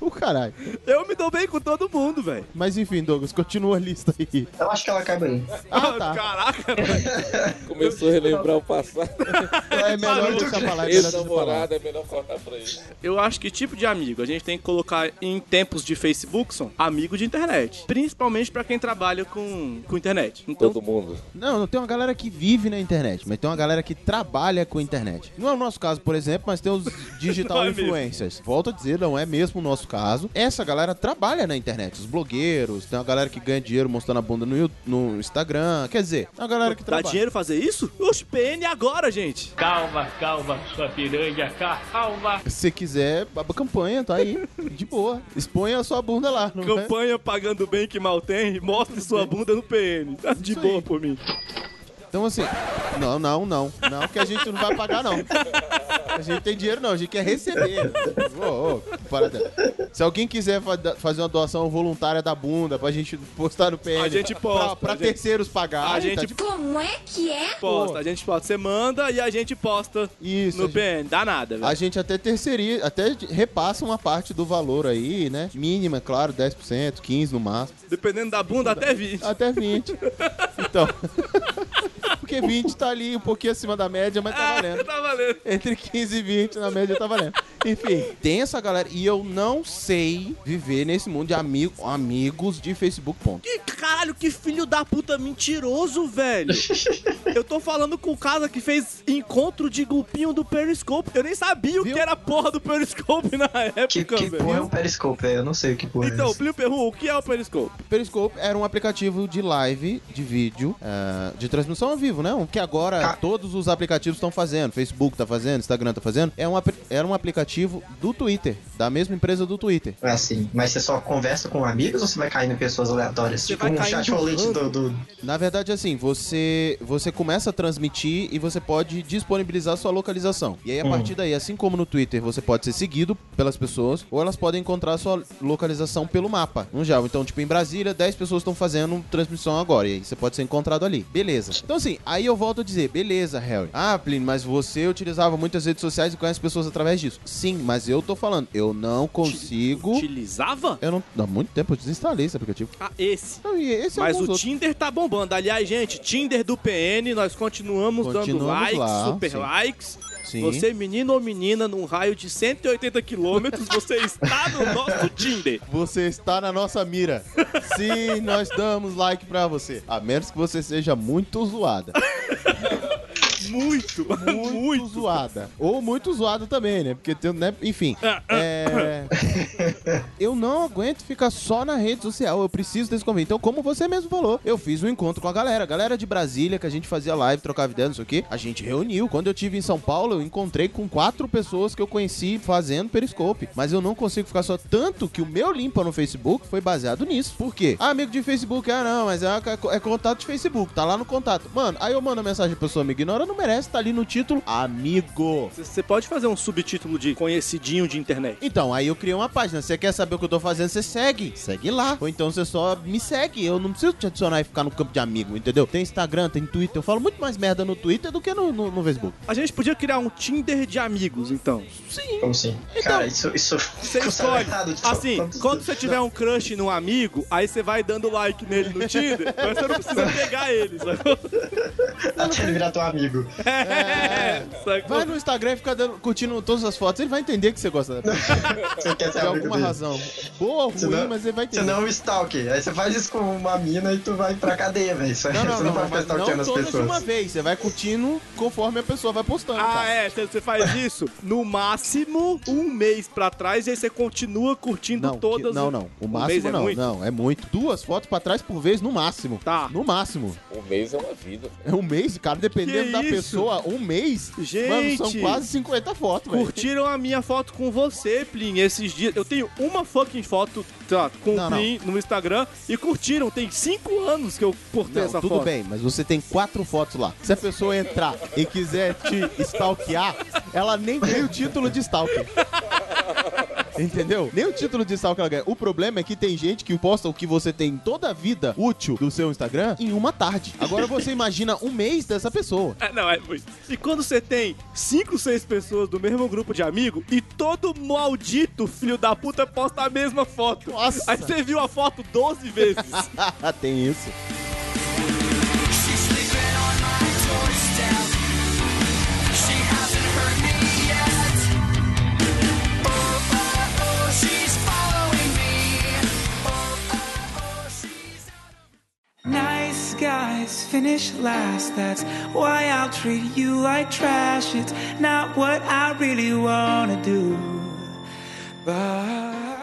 O caralho. eu me dou bem com todo mundo, velho. Mas enfim, Douglas, continua a lista aí. Eu acho que ela acaba aí. Ah, tá. Caraca, velho. Começou a relembrar o passado. É melhor deixar pra lá, é melhor deixar pra lá. Ex-namorada é melhor cortar pra ele. Eu acho que tipo de amigo a gente tem que colocar em tempos de Facebook são amigo de internet. Principalmente pra quem trabalha com, com internet. Então, Todo mundo. Não, não tem uma galera que vive na internet, mas tem uma galera que trabalha com internet. Não é o nosso caso, por exemplo, mas tem os digital Não é mesmo. influencers. Volto a dizer, não é mesmo o nosso caso. Essa galera trabalha na internet. Os blogueiros, tem uma galera que ganha dinheiro mostrando a bunda no, Yu- no Instagram. Quer dizer, é uma galera que dá trabalha. dinheiro fazer isso? Os PN agora, gente. Calma, calma, sua piranha, calma. Se você quiser, a campanha tá aí, de boa. Exponha a sua bunda lá. Não é? Campanha pagando bem que mal tem, mostre sua bunda no PN. Tá de boa por mim. Então assim, não, não, não. Não que a gente não vai pagar, não. A gente tem dinheiro, não. A gente quer receber. Ô, ô, parada. Se alguém quiser fa- da- fazer uma doação voluntária da bunda pra gente postar no PN. A gente Pra, posta, pra a gente- terceiros tá pagar. a gente Como é que é? posta, a gente posta. Você manda e a gente posta Isso, a no gente- PN. Dá nada, velho. A gente até terceiriza, até repassa uma parte do valor aí, né? Mínima, claro, 10%, 15% no máximo. Dependendo da bunda, até 20. Até 20. Então. Porque 20 tá ali um pouquinho acima da média, mas tá valendo. Tá valendo. Entre 15 e 20 na média tá valendo. Enfim, tem essa galera. E eu não sei viver nesse mundo de amigo, amigos de Facebook. Ponto. Que caralho, que filho da puta mentiroso, velho. Eu tô falando com o cara que fez encontro de grupinho do Periscope. Eu nem sabia o que era a porra do Periscope na época, Que velho. porra é um periscope? é? Eu não sei o que porra é. Então, essa. Plio Perru, o que é o Periscope? Periscope era um aplicativo de live, de vídeo, eh, de transmissão ao vivo, né? Um que agora todos os aplicativos estão fazendo. Facebook tá fazendo, Instagram tá fazendo. É um, apli- era um aplicativo do Twitter, da mesma empresa do Twitter. É assim, mas você só conversa com amigos ou você vai caindo em pessoas aleatórias? tipo um chat rolante do, do, Na verdade, assim, você, você começa a transmitir e você pode disponibilizar sua localização. E aí, a Hum. partir daí, assim como no Twitter, você pode ser seguido pelas pessoas ou elas podem encontrar sua localização pelo mapa. No Java. Então, tipo, em Brasília, 10 pessoas estão fazendo transmissão agora. E aí você pode ser encontrado ali. Beleza. Então, assim, aí eu volto a dizer, beleza, Harry. Ah, Plínio, mas você utilizava muitas redes sociais e conhece pessoas através disso. Sim, mas eu tô falando, eu não consigo. Utilizava? Eu não. Há muito tempo eu desinstalei esse aplicativo. Ah, esse. e esse é Mas o alguns outros. Tinder tá bombando. Aliás, gente, Tinder do PN, nós continuamos, dando Continuamos likes, lá, super sim. likes. Sim. Você, menino ou menina, num raio de 180 quilômetros, você está no nosso Tinder. Você está na nossa mira. Sim, nós damos like pra você. A menos que você seja muito zoada. Muito, muito, zoada. Ou muito zoado também, né? Porque tem, né? Enfim. É, É. eu não aguento ficar só na rede social, eu preciso desse convite. Então, como você mesmo falou, eu fiz um encontro com a galera, a galera de Brasília, que a gente fazia live, trocava ideia, não sei o quê, a gente reuniu. Quando eu tive em São Paulo, eu encontrei com quatro pessoas que eu conheci fazendo Periscope, mas eu não consigo ficar só. Tanto que o meu limpa no Facebook foi baseado nisso. Por quê? Ah, amigo de Facebook, ah não, mas é, é contato de Facebook, tá lá no contato. Mano, aí eu mando a mensagem pra pessoa, me ignora, não merece, tá ali no título, amigo. Você pode fazer um subtítulo de conhecidinho de internet. Então, aí eu criei uma página. Você quer saber o que eu tô fazendo? Você segue. Segue lá. Ou então você só me segue. Eu não preciso te adicionar e ficar no campo de amigo, entendeu? Tem Instagram, tem Twitter. Eu falo muito mais merda no Twitter do que no, no, no Facebook. A gente podia criar um Tinder de amigos, então. Sim. Como assim? Então, Cara, isso. isso Você isso é escolhe. errado, tipo, Assim, quantos- quando você tiver um crush num amigo, aí você vai dando like nele no Tinder, mas você não precisa pegar ele, sacou? Até ele virar teu amigo. Vai no Instagram e fica dando- curtindo todas as fotos. Ele vai entender que você gosta da pessoa. Você quer ser Por amigo alguma dele. razão. Boa ou ruim, Senão- mas ele vai entender. Senão é um stalker. Aí você faz isso com uma mina e tu vai pra cadeia, velho. Isso aí, Não, não, você não, não, vai ficar mas não stalkeando as todas de uma pessoas. vez. Você vai curtindo conforme a pessoa vai postando. tá? Ah, cara. é, você- você faz isso no máximo um mês pra trás e aí você continua curtindo Não, todas. que- não, não. O Um mês máximo é não. muito? Não, é muito. Duas fotos pra trás por vez no máximo. Tá. No máximo. Um mês é uma vida. É um mês, cara, dependendo Que da isso? pessoa, um mês. Gente. Mano, são quase 50 fotos, velho. Curtiram a minha foto com você, Plin, esses dias. Eu tenho uma fucking foto tá, com Não, o Plin no Instagram e curtiram. Tem cinco anos que eu postei Não, essa tudo foto. bem, mas você tem quatro fotos lá. Se a pessoa entrar e quiser te stalkear, ela nem tem o título de stalker. Entendeu? Nem o título de stalker ela ganha. O problema é que tem gente que posta o que você tem em toda a vida útil do seu Instagram em uma tarde. Agora você imagina um mês dessa pessoa. É, não, é muito. E quando você tem cinco, seis pessoas do mesmo grupo de amigo e todo maldito filho da puta posta a mesma foto. Nossa. Aí você viu a foto 12 vezes. tem isso. Nice guys finish last, that's why I'll treat you like trash. It's not what I really wanna do.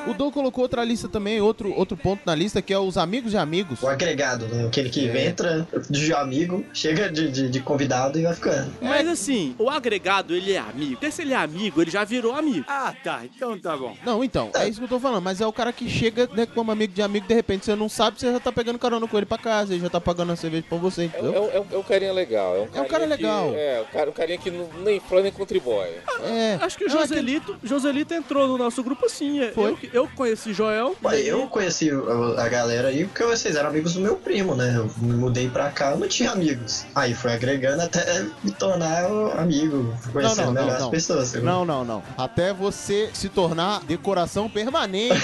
O Dom colocou outra lista também, outro, outro ponto na lista, que é os amigos de amigos. O agregado, né? Aquele que É. entra de amigo, chega de, de, de convidado e vai ficando. É. Mas assim, o agregado, ele é amigo. Porque se ele é amigo, ele já virou amigo. Ah, tá. Então tá bom. Não, então, é isso que eu tô falando, mas é o cara que chega, né, como amigo de amigo, de repente você não sabe, você já tá pegando carona com ele pra casa, ele já tá pagando a cerveja pra você, É, um- é entendeu? um- é um- é um carinha legal. É um, um cara carinha que- legal. é, um, cara, um carinha que não- nem flã nem contribui. É. Acho que o Joselito, Joselito entrou no nosso grupo assim. é. Foi. Eu, eu conheci Joel. Mas Eu conheci o- a galera aí porque vocês eram amigos do meu primo, né? Eu me mudei pra cá, eu não tinha amigos. Aí foi agregando até me tornar o amigo, Não, conhecendo não, é melhor não, as não. pessoas. Eu- Não, não, não. Até você se tornar decoração permanente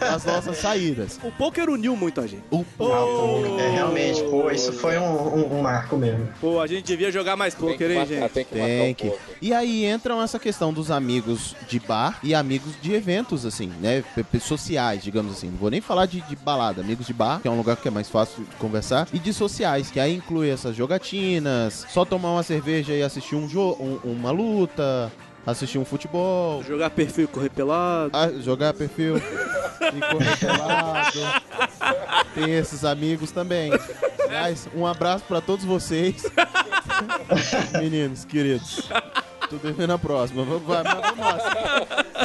das nossas saídas. O poker uniu muita gente. O Não, é, realmente, pô, isso foi um, um- um marco mesmo. Pô, a gente devia jogar mais poker, hein, gente? Tem que um Tem que. E aí entram essa questão dos amigos de bar e amigos de eventos, assim, né? P- p- Sociais, digamos assim. Não vou nem falar de, de balada. Amigos de bar, que é um lugar que é mais fácil de conversar. E de sociais, que aí inclui essas jogatinas, só tomar uma cerveja e assistir um jogo, uma luta, assistir um futebol. Jogar perfil e correr pelado. Ah, jogar perfil e correr pelado. Tem esses amigos também. Aliás, um abraço pra todos vocês. Meninos, queridos. Tô devendo a próxima. Vamos, vai, mas vamos lá.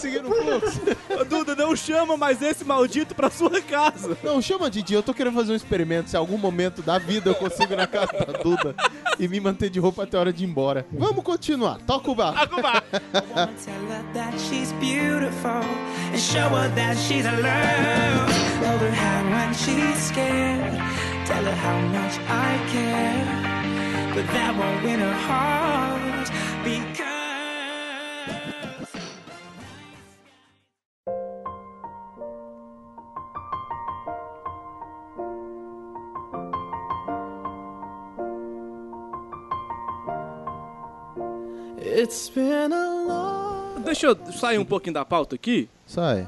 Seguindo o fluxo. Ô, Duda, não chama mais esse maldito pra sua casa. Não, chama Didi. Eu tô querendo fazer um experimento. Se em algum momento da vida eu consigo ir na casa da Duda e me manter de roupa até a hora de ir embora. Vamos continuar. Toca o bar. Toca o bar. Tell her that she's beautiful and show her that she's alone. Hold her hand when she's scared. Tell her how much I care. But that won't win her heart because. It's been a long Deixa eu sair um pouquinho da pauta aqui. Sai.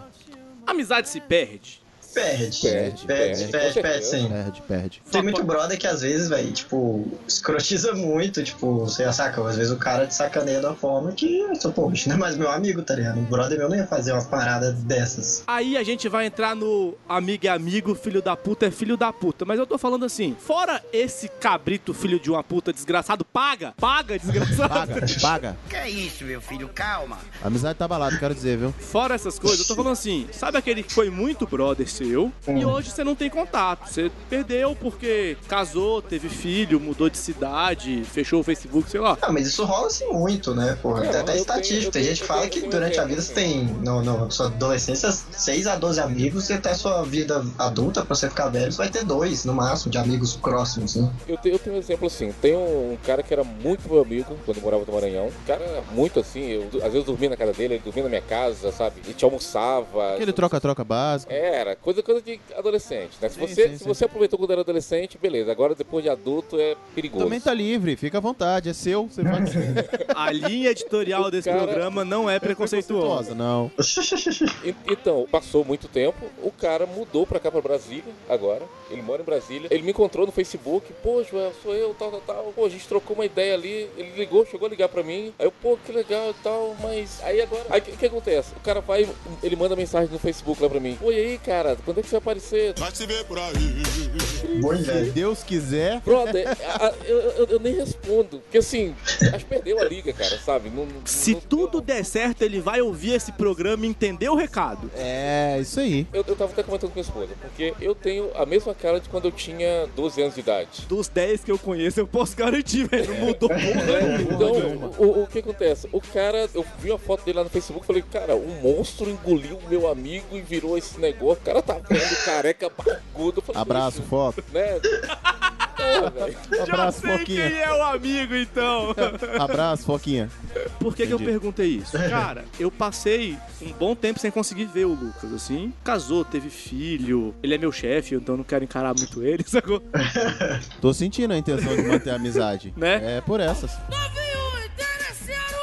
Amizade se perde. Perde. Perde, né? perde, perde, perde, sim. Perde, perde. Tem muito brother que às vezes, velho, tipo, escrotiza muito, tipo, você saca, às vezes o cara te sacaneia de uma forma que, só, pô, bicho não é mais meu amigo, tá ligado? O brother meu não ia fazer uma parada dessas. Aí a gente vai entrar no amigo é amigo, filho da puta é filho da puta. Mas eu tô falando assim, fora esse cabrito filho de uma puta desgraçado, paga, paga, desgraçado. Paga, paga. Que é isso, meu filho? Calma. A amizade tá balada, quero dizer, viu? Fora essas coisas, eu tô falando assim, sabe aquele que foi muito brother seu e hoje você não tem contato? Você perdeu porque casou, teve filho, mudou de cidade, fechou o Facebook, sei lá. Ah, mas isso rola assim muito, né, pô? Tem até estatística. Tem gente que fala que durante a vida você tem, no, no, sua adolescência, 6 a 12 amigos e até sua vida adulta, pra você ficar velho, você vai ter dois, no máximo, de amigos próximos, né? Eu, te- eu tenho um exemplo assim, tem um cara que era muito meu amigo quando eu morava no Maranhão. O cara era muito assim, eu du- às vezes dormia na casa dele, ele dormia na minha casa, sabe? A gente almoçava. Aquele troca-troca básico. É, Era, coisa, coisa de adolescente, né? Se, Sim, você, sim, se sim. você aproveitou quando era adolescente, beleza. Agora, depois de adulto, é perigoso. Também tá livre, fica à vontade, é seu, você faz. A linha editorial desse programa não é preconceituosa. não. E- Então, passou muito tempo, o cara mudou pra cá, pra Brasília, agora. Ele mora em Brasília. Ele me encontrou no Facebook, pô, Joel, sou eu, tal, tal, tal. Pô, a gente trocou uma ideia ali, ele ligou, chegou a ligar pra mim. Aí eu, pô, que legal e tal, mas... Aí agora, aí o que, que acontece? O cara vai, ele manda mensagem no Facebook lá pra mim. Pô, e aí, cara, quando é que você vai aparecer? Vai se ver por aí. Se Deus quiser. Brother, a- a- eu, eu- eu nem respondo, porque assim, acho que perdeu a liga, cara, sabe? Não- não- Se tudo der certo, ele vai ouvir esse programa e entender o recado. É, isso aí. Eu, eu tava até comentando com minha esposa, porque eu tenho a mesma cara de quando eu tinha 12 anos de idade. Dos 10 que eu conheço, eu posso garantir, velho. Mudou um muito. Então, o, o que acontece? O cara, eu vi a foto dele lá no Facebook e falei, cara, um monstro engoliu meu amigo e virou esse negócio. O cara tá vendo careca barbudo. Eu falei, Abraço, foto. Né? Porra, velho. Abraço, Já sei Foquinha. quem é o amigo, então. Abraço, Foquinha. Por que, que eu Entendi. perguntei isso? Cara, eu passei um bom tempo sem conseguir ver o Lucas, assim. Casou, teve filho. Ele é meu chefe, então eu não quero encarar muito ele, sacou? Tô sentindo a intenção de manter a amizade. Né? É por essas.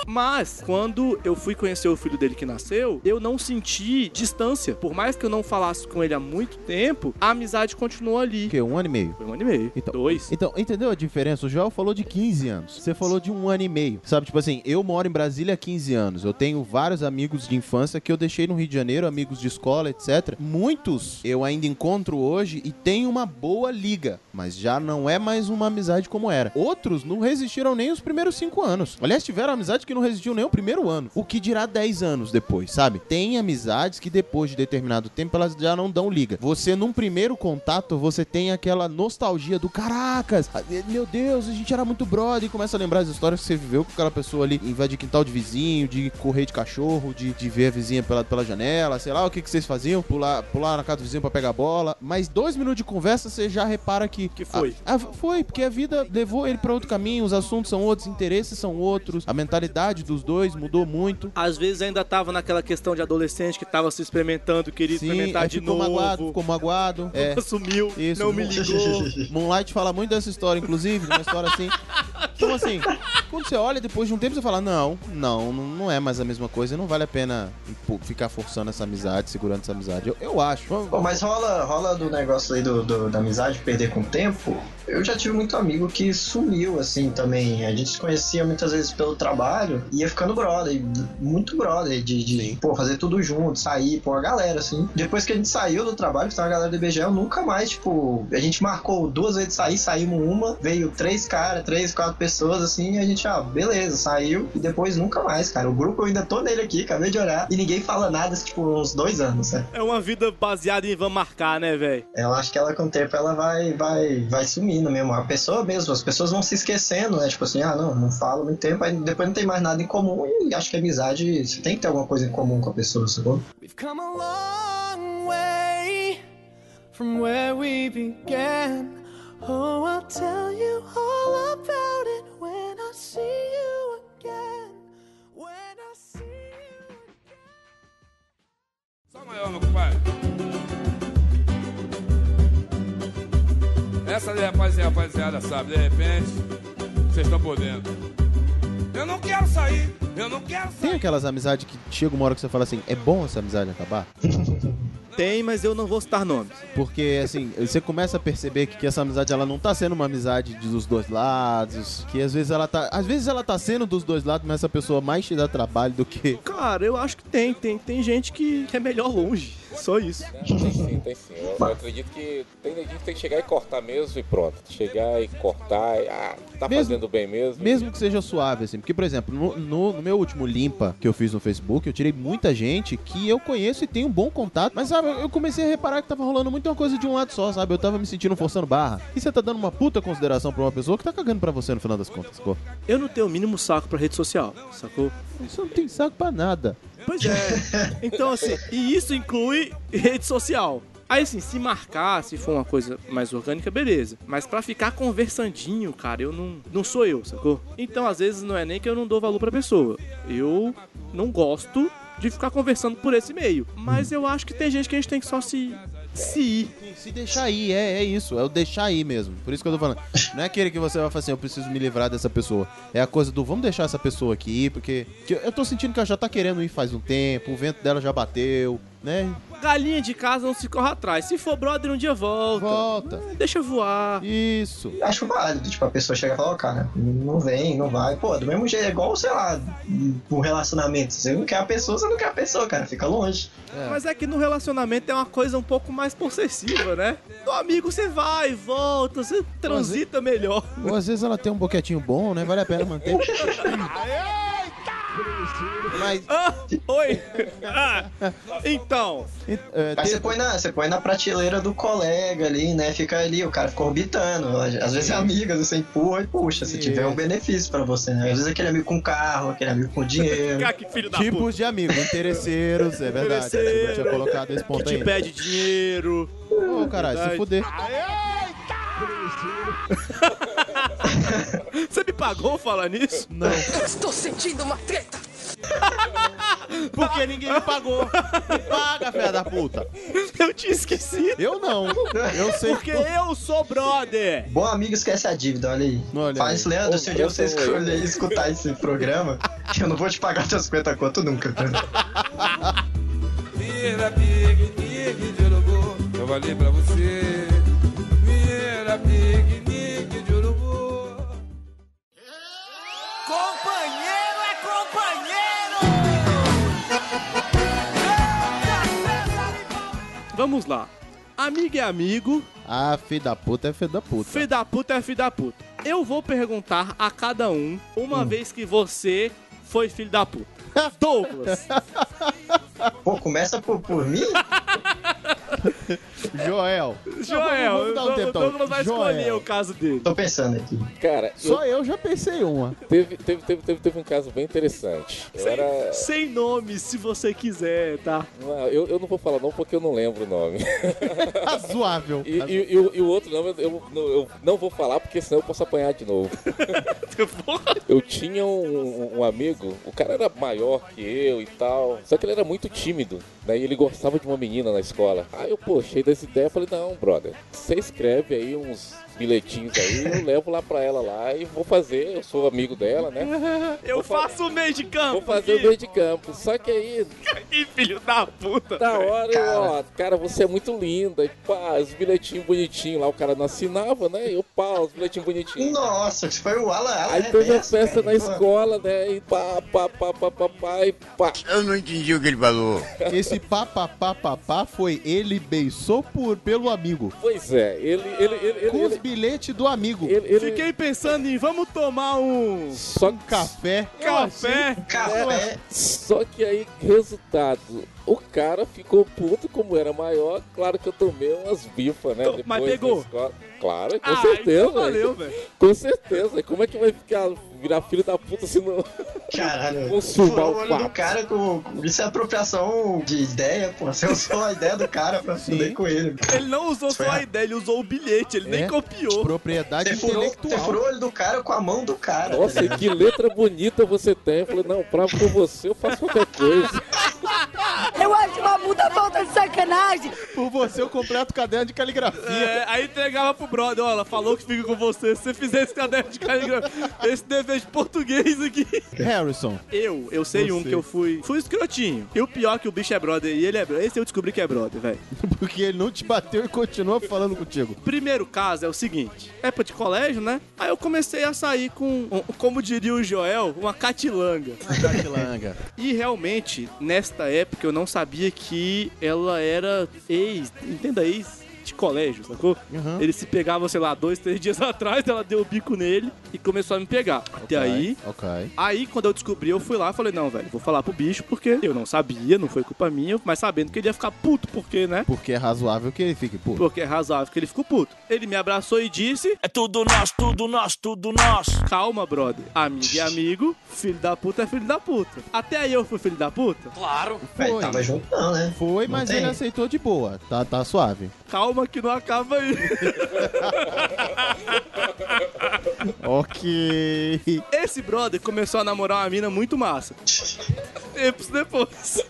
Mas, quando eu fui conhecer o filho dele que nasceu, eu não senti distância. Por mais que eu não falasse com ele há muito tempo, a amizade continuou ali. Que um ano e meio. Foi um ano e meio. Então, Dois. Então, entendeu a diferença? O Joel falou de 15 anos. Você falou de um ano e meio. Sabe, tipo assim, eu moro em Brasília há 15 anos. Eu tenho vários amigos de infância que eu deixei no Rio de Janeiro, amigos de escola, etc. Muitos eu ainda encontro hoje e tenho uma boa liga. Mas já não é mais uma amizade como era. Outros não resistiram nem os primeiros cinco anos. Aliás, tiveram amizade que não resistiu nem o primeiro ano. O que dirá 10 anos depois, sabe? Tem amizades que depois de determinado tempo elas já não dão liga. Você, num primeiro contato, você tem aquela nostalgia do caracas, ah, eh, meu Deus, a gente era muito brother. E começa a lembrar as histórias que você viveu com aquela pessoa ali, invadir quintal de vizinho, de correr de cachorro, de, de ver a vizinha pela, pela janela, sei lá o que, que vocês faziam, pular, pular na casa do vizinho pra pegar bola. Mas dois minutos de conversa, você já repara que. Que foi? ah, foi, porque a vida levou ele pra outro caminho, os assuntos são outros, os interesses são outros, a mentalidade dos dois mudou muito. Às vezes ainda tava naquela questão de adolescente que tava se experimentando, queria Sim, experimentar aí de ficou novo. magoado, ficou magoado. É. Sumiu, Isso, não me Moon- ligou. Moonlight fala muito dessa história, inclusive, uma história assim. Então, assim, quando você olha depois de um tempo, você fala: não, não, não não é mais a mesma coisa, não vale a pena pô, ficar forçando essa amizade, segurando essa amizade. Eu, eu acho. Vamos- Pô, mas rola, rola do negócio aí do, do- da amizade perder com o tempo. Eu já tive muito amigo que sumiu, assim, também. A gente se conhecia muitas vezes pelo trabalho e ia ficando brother, muito brother, de, de pô, fazer tudo junto, sair, pô, a galera, assim. Depois que a gente saiu do trabalho, que tava a galera do IBGE, eu nunca mais, tipo, a gente marcou duas vezes de sair, saímos uma, veio três caras, três, quatro pessoas, assim, e a gente, ah, beleza, saiu, e depois nunca mais, cara. O grupo eu ainda tô nele aqui, acabei de olhar, e ninguém fala nada, tipo, uns dois anos, né? É uma vida baseada em vamos marcar, né, velho? Eu acho que ela com o tempo ela vai, vai, vai sumindo mesmo. A pessoa mesmo, as pessoas vão se esquecendo, né? Tipo assim, ah, não, não falo muito tempo, aí depois não tem mais nada em comum e acho que a amizade, você tem que ter alguma coisa em comum com a pessoa, sacou? We've come a long way from where we began. Oh, I'll tell you all about it when I see you again. When I see you Só maior, meu compadre. Essa aí, rapaziada, rapaziada, sabe? De repente, vocês estão podendo. Eu não quero sair, eu não quero Tem aquelas amizades que chega uma hora que você fala assim: é bom essa amizade acabar? Tem, mas eu não vou citar nomes. Porque, assim, você começa a perceber que, que essa amizade ela não tá sendo uma amizade de- dos dois lados. Que às vezes ela tá. Às vezes ela tá sendo dos dois lados, mas essa pessoa mais te dá trabalho do que. Cara, eu acho que tem. Tem, tem gente que, que é melhor longe. Só isso. Tem sim, tem sim. Eu, eu acredito que tem neguinho que tem que chegar e cortar mesmo e pronto. Chegar e cortar, e, ah, tá Mesmo- fazendo bem mesmo. Mesmo que seja suave, assim. Porque, por exemplo, no, no- no meu último limpa que eu fiz no Facebook, eu tirei muita gente que eu conheço e tenho um bom contato. Mas, sabe, eu comecei a reparar que tava rolando muita coisa de um lado só, sabe? Eu tava me sentindo forçando barra. E você tá dando uma puta consideração pra uma pessoa que tá cagando pra você no final das contas, pô. Eu não tenho o mínimo saco pra rede social, sacou? Isso não tem saco pra nada. Pois é. Então, assim, e isso inclui rede social. Aí, assim, se marcar, se for uma coisa mais orgânica, beleza. Mas pra ficar conversandinho, cara, eu não, não sou eu, sacou? Então, às vezes, não é nem que eu não dou valor pra pessoa. Eu não gosto de ficar conversando por esse meio. Mas eu acho que tem gente que a gente tem que só se. se ir. Se deixar ir, é, é isso. É o deixar ir mesmo. Por isso que eu tô falando. Não é aquele que você vai falar assim, eu preciso me livrar dessa pessoa. É a coisa do vamos deixar essa pessoa aqui, porque que eu- eu tô sentindo que ela já tá querendo ir faz um tempo, o vento dela já bateu, né? Galinha de casa não se corre atrás. Se for brother, um dia volta. Volta. Deixa voar. Isso. Acho válido, tipo, a pessoa chega e fala, ó, cara, não vem, não vai. Pô, do mesmo jeito, é igual, sei lá, um relacionamento. Você não quer a pessoa, você não quer a pessoa, cara, fica longe. Mas é que no relacionamento é uma coisa um pouco mais possessiva, né? Do amigo você vai, volta, você transita melhor. Ou às vezes ela tem um boquetinho bom, né? Vale a pena manter. Mas... oi! Ah, então. Tipo, é, Aí Tipo- você põe, na, você põe na prateleira do colega ali, né? Fica ali, o cara fica orbitando. Às vezes é amiga, você empurra e puxa, se tiver um benefício pra você, né? Às vezes é aquele amigo com carro, aquele amigo com dinheiro. Cara, que filho da Tipos de amigos, interesseiros, é verdade. Eu tinha colocado esse ponto que te aí. pede dinheiro. Ô, caralho, se fuder. Você me pagou falar nisso? Não. Estou sentindo uma treta. Porque ninguém me pagou. Me paga, filha da puta. Eu tinha esquecido. Eu não. Eu sei. Porque eu sou brother. Bom amigo esquece a dívida, olha aí. Fala isso, Leandro, se um dia você escolher escutar esse programa, eu não vou te pagar teus 50 conto nunca, cara. Vira, pique, pique de urubu, eu valei pra você. Vira, pique, pique de urubu. Companheiro é companheiro. Vamos lá. Amigo é amigo, Ah, filho da puta é filho da puta. filho da puta é filho da puta. Eu vou perguntar a cada um, uma vez que você foi filho da puta. Douglas. Pô, começa por, por mim? Joel. Joel, Vamos dar um o tempo, Douglas vai Joel. escolher o caso dele. Tô pensando aqui. Cara, Só eu já pensei uma. Teve, teve, teve, teve, teve um caso bem interessante. Eu Sem, era. sem nome, se você quiser, tá? Não, é, eu, eu não vou falar não porque eu não lembro o nome. Razoável. E, e- e o- e o outro nome eu, eu não- eu não vou falar porque senão eu posso apanhar de novo. eu tinha um, um amigo, o cara era maior que eu e tal, só que ele era muito tímido, né? E ele gostava de uma menina na escola. Aí eu, pô, cheio dessa ideia, falei, não, brother, você escreve aí uns bilhetinhos aí, eu levo lá pra ela lá e vou fazer, eu sou amigo dela, né? Eu faço o meio de campo. Vou fazer o meio de campo. Só que aí. Ih, filho da puta. Da hora, Cara. eu, ó, cara, você é muito linda. E pá, os bilhetinhos bonitinhos lá, o cara não assinava, né? E eu, pá, os bilhetinhos bonitinhos. Nossa, que foi o Alan. Alan Aí é teve a dessa, festa na cara. escola, né? E pá, pá, pá, pá, pá, pá, e pá. Eu não entendi o que ele falou. Esse papapá foi ele beiçou por, pelo amigo. Pois é, ele. ele, ele, ele, Com os ele- bilhetes do amigo. ele- Fiquei pensando em vamos tomar um. Só Café. Café. né? Café. Só que aí, resultado, o cara ficou puto, como era maior, claro que eu tomei umas bifas, né? Mas depois da pegou. escola. Claro, com Ah, certeza. então valeu, velho. Com certeza. Como é que vai ficar, virar filho da puta se não... Caralho, Vou furou subar o o olho do papo. cara com. Isso é apropriação de ideia, pô. Você usou a ideia do cara pra fuder com ele. Ele não usou só a ideia, ele usou o bilhete, ele nem copiou. Propriedade Você furou, você é intelectual. furou o olho do cara com a mão do cara. Nossa, e que letra bonita você tem. Eu falei, não, pra por você eu faço qualquer coisa. Eu acho uma puta falta de sacanagem. Por você, eu completo o caderno de caligrafia. É, aí entregava pro brother, ó, ela falou que fica com você. Se você fizer esse caderno de caligrafia, esse dever de português aqui. Harrison. Eu, eu sei Você. um que eu fui. Fui escrotinho. E o pior é que o bicho é brother e ele é brother. Esse eu descobri que é brother, velho. Porque ele não te bateu e continua falando contigo. Primeiro caso é o seguinte: época de colégio, né? Aí eu comecei a sair com, um- como diria o Joel, uma catilanga. Catilanga. E realmente, nesta época, eu não sabia que ela era ex, entenda ex, de colégio, sacou? Uhum. Ele se pegava, sei lá, dois, três dias atrás, ela deu o bico nele e começou a me pegar. Até aí, Ok. Aí, quando eu descobri, eu fui lá e falei, não, velho, vou falar pro bicho, porque eu não sabia, não foi culpa minha, mas sabendo que ele ia ficar puto, porque, né? Porque é razoável que ele fique puto. Porque é razoável que ele ficou puto. Ele me abraçou e disse... É tudo nosso, tudo nosso, tudo nosso. Calma, brother. Amigo é amigo, filho da puta é filho da puta. Até aí eu fui filho da puta? Claro. Mas tava junto não, né? Foi, mas tem. ele aceitou de boa. Tá, tá suave. Calma que não acaba aí. ok. Esse brother começou a namorar uma mina muito massa. Tempos depois.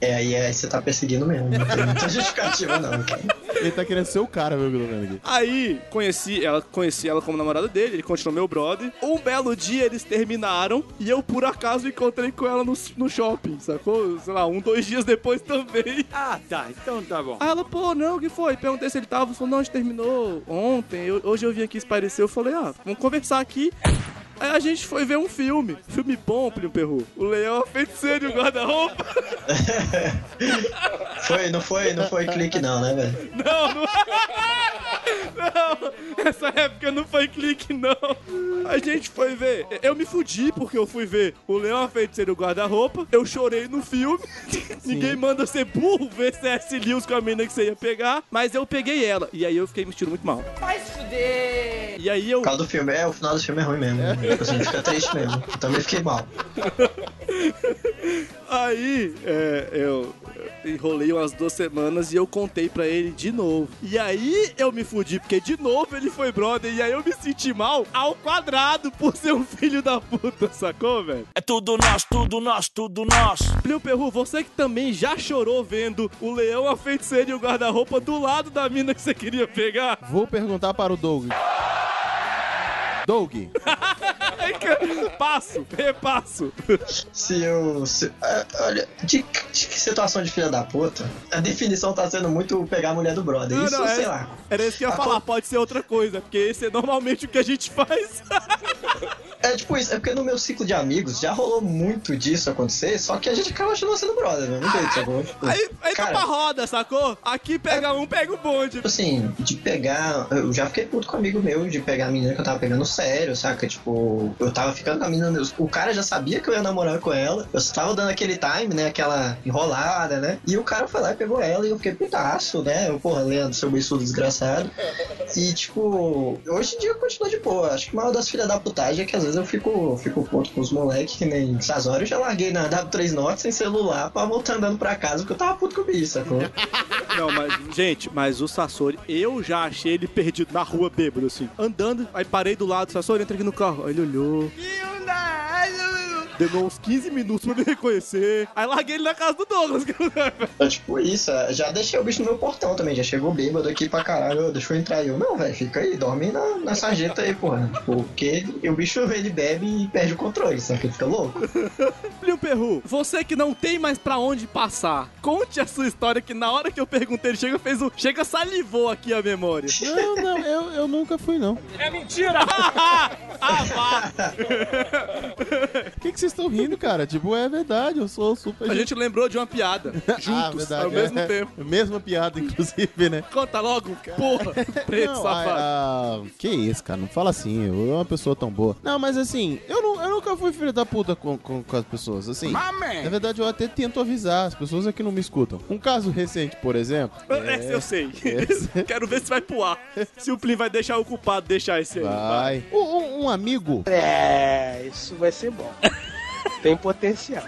É, aí, aí você tá perseguindo mesmo. Não tem muita justificativa, não, cara. Ele tá querendo ser o cara, meu Guilherme. aqui. Aí, conheci ela, conheci ela como namorada dele, ele continuou meu brother. Um belo dia eles terminaram e eu, por acaso, encontrei com ela no, no shopping, sacou? Sei lá, um, dois dias depois também. Ah, tá, então tá bom. Aí ela, pô, não, o que foi? Perguntei se ele tava, falou, não, a gente terminou ontem, eu- hoje eu vim aqui esparecer. Eu falei, ah, vamos conversar aqui. Aí a gente foi ver um filme. Filme bom, Plínio Perru. O Leão é feiticeiro e o guarda-roupa. Foi, não foi, não foi clique não, né, velho? Não, não. Não, essa época não foi clique, não. A gente foi ver. Eu me fudi porque eu fui ver o Leão a Feiticeira e o Guarda-Roupa. Eu chorei no filme. Ninguém manda ser burro ver CS Lewis com a mina que você ia pegar. Mas eu peguei ela. E aí eu fiquei me sentindo muito mal. Vai se fuder! E aí eu. O final do filme é, o final do filme é ruim mesmo. Tipo assim, fica triste mesmo. Eu também fiquei mal. Aí, é, eu eu enrolei umas duas semanas e eu contei pra ele de novo. E aí eu me fudi, porque de novo ele foi brother. E aí eu me senti mal ao quadrado por ser um filho da puta, sacou, velho? É tudo nosso, tudo nosso, tudo nosso. Plio Perru, você que também já chorou vendo o leão, a feiticeira e o guarda-roupa do lado da mina que você queria pegar? Vou perguntar para o Doug. Doug, Passo, repasso. Se eu. se- ah, olha, de, de que situação de filha da puta, a definição tá sendo muito pegar a mulher do brother. Isso, era, sei lá. Era isso que eu ia falar, pode ser outra coisa, porque esse é normalmente o que a gente faz. É tipo isso, é porque no meu ciclo de amigos já rolou muito disso acontecer, só que a gente acaba continuando sendo brother, né? Não tem jeito, sacou? Tipo, Aí, aí tá cara, pra roda, sacou? Aqui pega um, pega o bonde. Tipo assim, de pegar. Eu já fiquei puto com um amigo meu de pegar a menina que eu tava pegando sério, saca? Tipo, eu tava ficando com a menina. O cara já sabia que eu ia namorar com ela. Eu só tava dando aquele time, né? Aquela enrolada, né? E o cara foi lá e pegou ela e eu fiquei putaço, né? Eu, porra, Leandro, seu beiçudo desgraçado. E, tipo, hoje em dia eu continuo de boa. Acho que o maior das filhas da putagem é que às vezes eu fico, fico puto com os moleques, que nem essas horas eu já larguei na W3 Norte sem celular pra voltar andando pra casa porque eu tava puto com o bicho, sacou? Não, mas, gente, mas o Sassori, eu já achei ele perdido na rua, bêbado, assim. Andando, aí parei do lado, Sassori, entra aqui no carro. Aí ele olhou, demorou uns 15 minutos pra me reconhecer. Aí larguei ele na casa do Douglas. É tipo isso, é, já deixei o bicho no meu portão também, já chegou bêbado aqui pra caralho, deixou entrar aí. eu. Não, velho, fica aí, dorme na, na sarjeta aí, porra. Tipo, porque o bicho ele bebe e perde o controle, só que fica louco. Plio Perru, você que não tem mais pra onde passar, conte a sua história que na hora que eu perguntei, ele chega, fez um. Chega, salivou aqui a memória. Não, não, eu, eu nunca fui, não. É mentira! Ah, O que, que vocês estão rindo, cara? Tipo, é verdade, eu sou super. A gente lembrou de uma piada. Ah, Juntos, verdade, ao mesmo é. tempo. Mesma piada, inclusive, né? Conta logo, porra, preto Não, safado. ah, ah, que isso, cara, não fala assim, eu eu é uma pessoa tão boa. Não, mas assim, eu, não, eu nunca fui filho da puta com, com, com as pessoas, assim. Na verdade, eu até tento avisar, as pessoas aqui não me escutam. Um caso recente, por exemplo. Essa É, eu sei. Quero ver se vai pro ar. Se o Plim vai deixar o culpado deixar esse aí. Vai. Um, um- um amigo. É, isso vai ser bom. Tem potencial.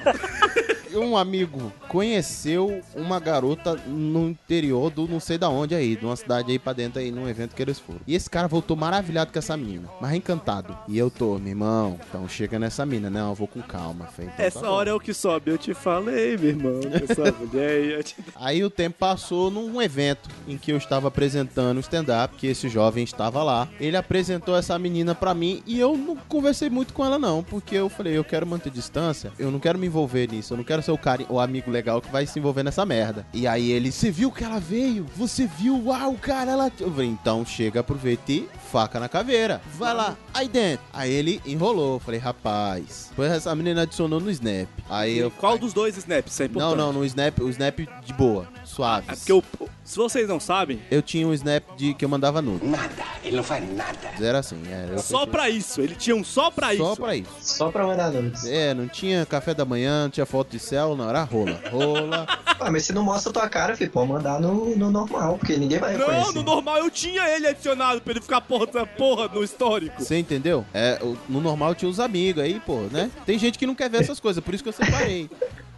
um amigo conheceu uma garota no interior do não sei da onde aí, de uma cidade aí pra dentro aí, num evento que eles foram. E esse cara voltou maravilhado com essa menina, mas encantado. E eu tô, meu irmão, então chega nessa mina, não, eu vou com calma, então tá feito. Essa hora é o que sobe, eu te falei, meu irmão, que essa mulher ia te Aí o tempo passou num evento em que eu estava apresentando o stand-up, que esse jovem estava lá. Ele apresentou essa menina pra mim e eu não conversei muito com ela, não, porque eu falei, eu quero manter distância, eu não quero me envolver nisso, eu não quero ser o cara, o amigo legal que vai se envolver nessa merda. E aí ele, você viu que ela veio? Você viu? Uau, cara, ela. Eu falei, então chega, aproveita e faca na caveira. Vai lá, aí dentro. Aí ele enrolou, falei, rapaz. Depois essa menina adicionou no Snap. Aí eu. Qual dos dois snaps? Isso é Não, importante. não, no Snap, o Snap de boa, suave. É porque eu. Se vocês não sabem, Eu tinha um Snap de que eu mandava nude. Nada, ele não faz nada. Era assim, é, eu Só fechei- pra isso, ele tinha um só pra isso. Só pra isso. Só pra mandar nudes. É, não tinha café da manhã, não tinha foto de céu, não, era rola. Rola. Ah, mas se não mostra a tua cara, filho, pode mandar no, no normal, porque ninguém vai Não, reconhecer. no normal eu tinha ele adicionado pra ele ficar porra, essa porra no histórico. Você entendeu? É, o- no normal tinha os amigos aí, pô, né? Tem gente que não quer ver essas coisas, por isso que eu separei.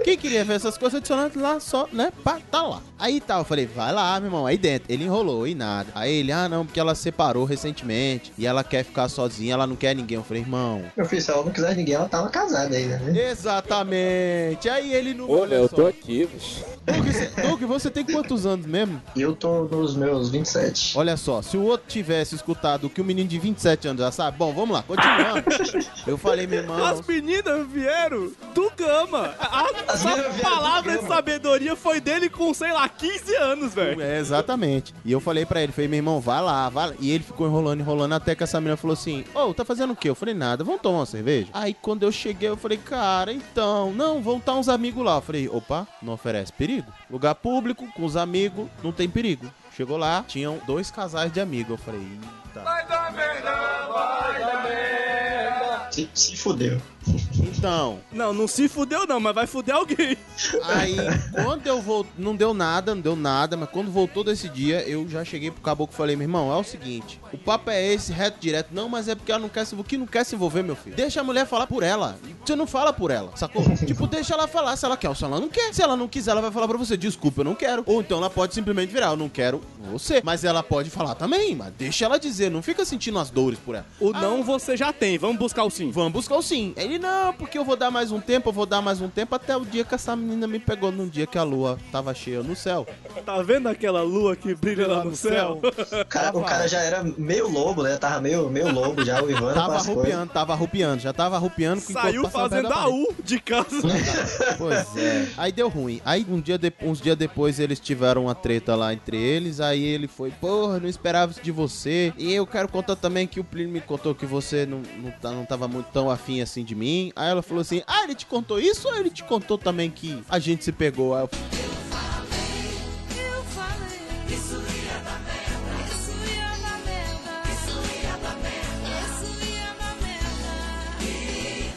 Quem queria ver essas coisas adicionando lá só, né? Pá, tá lá. Aí tá, eu falei, vai lá, meu irmão, aí dentro. Ele enrolou e nada. Aí ele, ah não, porque ela separou recentemente e ela quer ficar sozinha, ela não quer ninguém. Eu falei, irmão. Meu filho, se ela não quiser ninguém, ela tava casada ainda, né? Exatamente. Aí ele não. Olha, eu só. tô aqui, bicho. Doug, você tem quantos anos mesmo? Eu tô nos meus 27. Olha só, se o outro tivesse escutado o que o menino de 27 anos já sabe, bom, vamos lá, continuando. eu falei, meu irmão. As meninas vieram do Gama. A, a- As a meninas vieram do palavra Gama. de sabedoria foi dele com, sei lá, 15 anos, velho. É, exatamente. E eu falei pra ele, falei, meu irmão, vai lá, vai lá. E ele ficou enrolando, enrolando, até que essa menina falou assim, ô, tá fazendo o quê? Eu falei, nada, vamos tomar uma cerveja? Aí quando eu cheguei, eu falei, cara, então, não, vão estar uns amigos lá. Eu falei, opa, não oferece perigo? Lugar público, com os amigos, não tem perigo. Chegou lá, tinham dois casais de amigos. Eu falei, eita. Se, se fudeu. Então. Não, não se fudeu não, mas vai fuder alguém. Aí, quando eu voltei, não deu nada, não deu nada, mas quando voltou desse dia, eu já cheguei pro caboclo e falei, meu irmão, é o seguinte, o papo é esse, reto, direto, não, mas é porque ela não quer se envolver, que não quer se envolver, meu filho. Deixa a mulher falar por ela, você não fala por ela, sacou? tipo, deixa ela falar se ela quer ou se ela não quer. Se ela não quiser, ela vai falar pra você, desculpa, eu não quero. Ou então ela pode simplesmente virar, eu não quero você. Mas ela pode falar também, mas deixa ela dizer, não fica sentindo as dores por ela. O não você já tem, Ah. vamos buscar o sim. Vamos buscar o sim. Ele, não, porque eu vou dar mais um tempo, eu vou dar mais um tempo, até o dia que essa menina me pegou, num dia que a lua tava cheia no céu. Tá vendo aquela lua que brilha lá no céu? O cara, o cara já era meio lobo, né? Tava meio, meio lobo já, o Ivan. Tava arrupiando, tava arrupiando, já tava arrupiando. com- Saiu enquanto passava fazendo perto da a parede. U de casa. Pois é. Aí deu ruim. Aí um dia de- uns dias depois eles tiveram uma treta lá entre eles. Aí ele foi, porra, não esperava isso de você. E eu quero contar também que o Plínio me contou que você não, não, tá- não tava muito tão afim assim de mim. Aí ela falou assim: Ah, ele te contou isso ou ele te contou também que a gente se pegou? Aí eu Eu falei, isso ia dar merda, isso ia dar merda, isso ia dar merda, isso ia dar merda.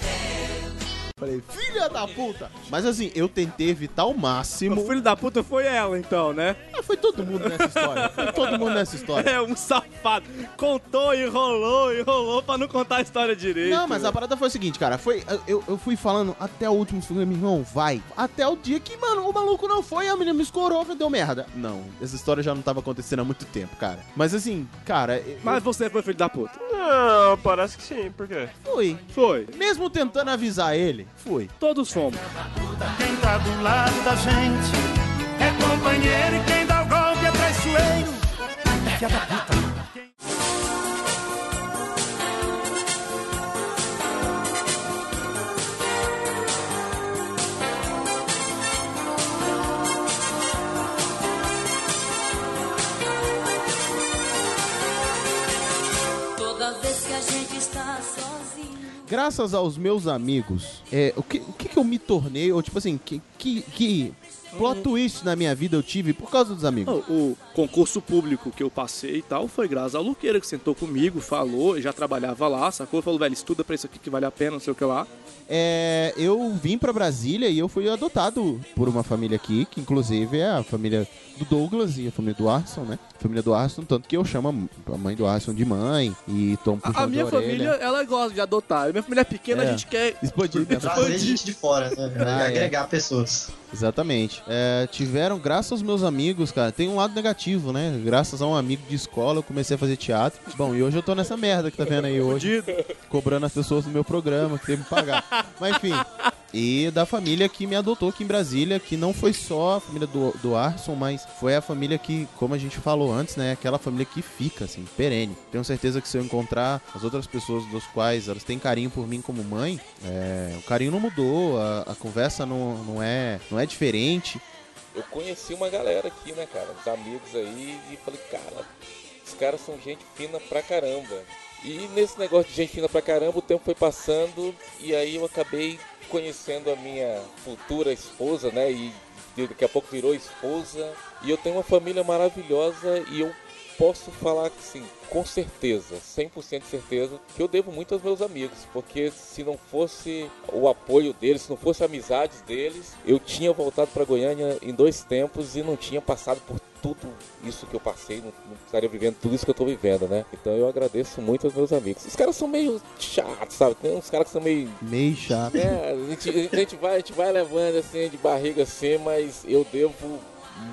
é. falei, filha da puta! Mas assim, eu tentei evitar ao máximo. O filho da puta foi ela, então, né? Foi todo mundo nessa história. Foi todo mundo nessa história. É um safado. Contou, enrolou, enrolou pra não contar a história direito. Não, mas a parada foi o seguinte, cara. Foi, eu, eu fui falando até o último segundo, meu irmão, vai. Até o dia que, mano, o maluco não foi, a menina me escorou, falei, deu merda. Não, essa história já não tava acontecendo há muito tempo, cara. Mas assim, cara. eu- Mas você foi filho da puta. Não, parece que sim, por quê? Fui. Foi. Mesmo tentando avisar ele, fui. Todos fomos. Quem tá do lado da gente é companheiro e quem dá o golpe é traiçoeiro. É filha da puta. Toda vez que a gente está sozinho. Graças aos meus amigos, é, o, que, o que que eu me tornei, ou tipo assim, que, que, que plot twist na minha vida eu tive por causa dos amigos? O concurso público que eu passei e tal foi graças ao Luqueira, que sentou comigo, falou, eu já trabalhava lá, sacou? Falou, velho, estuda pra isso aqui que vale a pena, não sei o que lá. É, eu vim pra Brasília e eu fui adotado por uma família aqui, que inclusive é a família do Douglas e a família do Arson, né? Família do Arson, tanto que eu chamo a mãe do Arson de mãe e tomo puxão A de minha orelha. família, ela gosta de adotar. Minha família é pequena, É. a gente quer Expandir. Trazer gente de fora, né? Ah, é. Agregar pessoas. Unidos. Exatamente. É, tiveram, graças aos meus amigos, cara, tem um lado negativo, né? Graças a um amigo de escola, eu comecei a fazer teatro. Bom, e hoje eu tô nessa merda que tá vendo aí hoje. Cobrando as pessoas do meu programa, que teve que pagar. Mas enfim. E da família que me adotou aqui em Brasília, que não foi só a família do, do Arson, mas foi a família que, como a gente falou antes, né? Aquela família que fica, assim, perene. Tenho certeza que se eu encontrar as outras pessoas dos quais elas têm carinho por mim como mãe, é, o carinho não mudou, a, a conversa não, não é não é diferente. Eu conheci uma galera aqui, né, cara? Os amigos aí, e falei, cara, os caras são gente fina pra caramba. E nesse negócio de gente fina pra caramba, o tempo foi passando e aí eu acabei conhecendo a minha futura esposa, né? E daqui a pouco virou esposa. E eu tenho uma família maravilhosa e eu posso falar assim, com certeza, 100% de certeza, que eu devo muito aos meus amigos, porque se não fosse o apoio deles, se não fosse a amizade deles, eu tinha voltado para Goiânia em dois tempos e não tinha passado por tudo isso que eu passei, não, não estaria vivendo tudo isso que eu tô vivendo, né? Então eu agradeço muito aos meus amigos. Os caras são meio chatos, sabe? Tem uns caras que são meio Meio chato. é, a gente, a gente vai, a gente vai levando assim de barriga assim, mas eu devo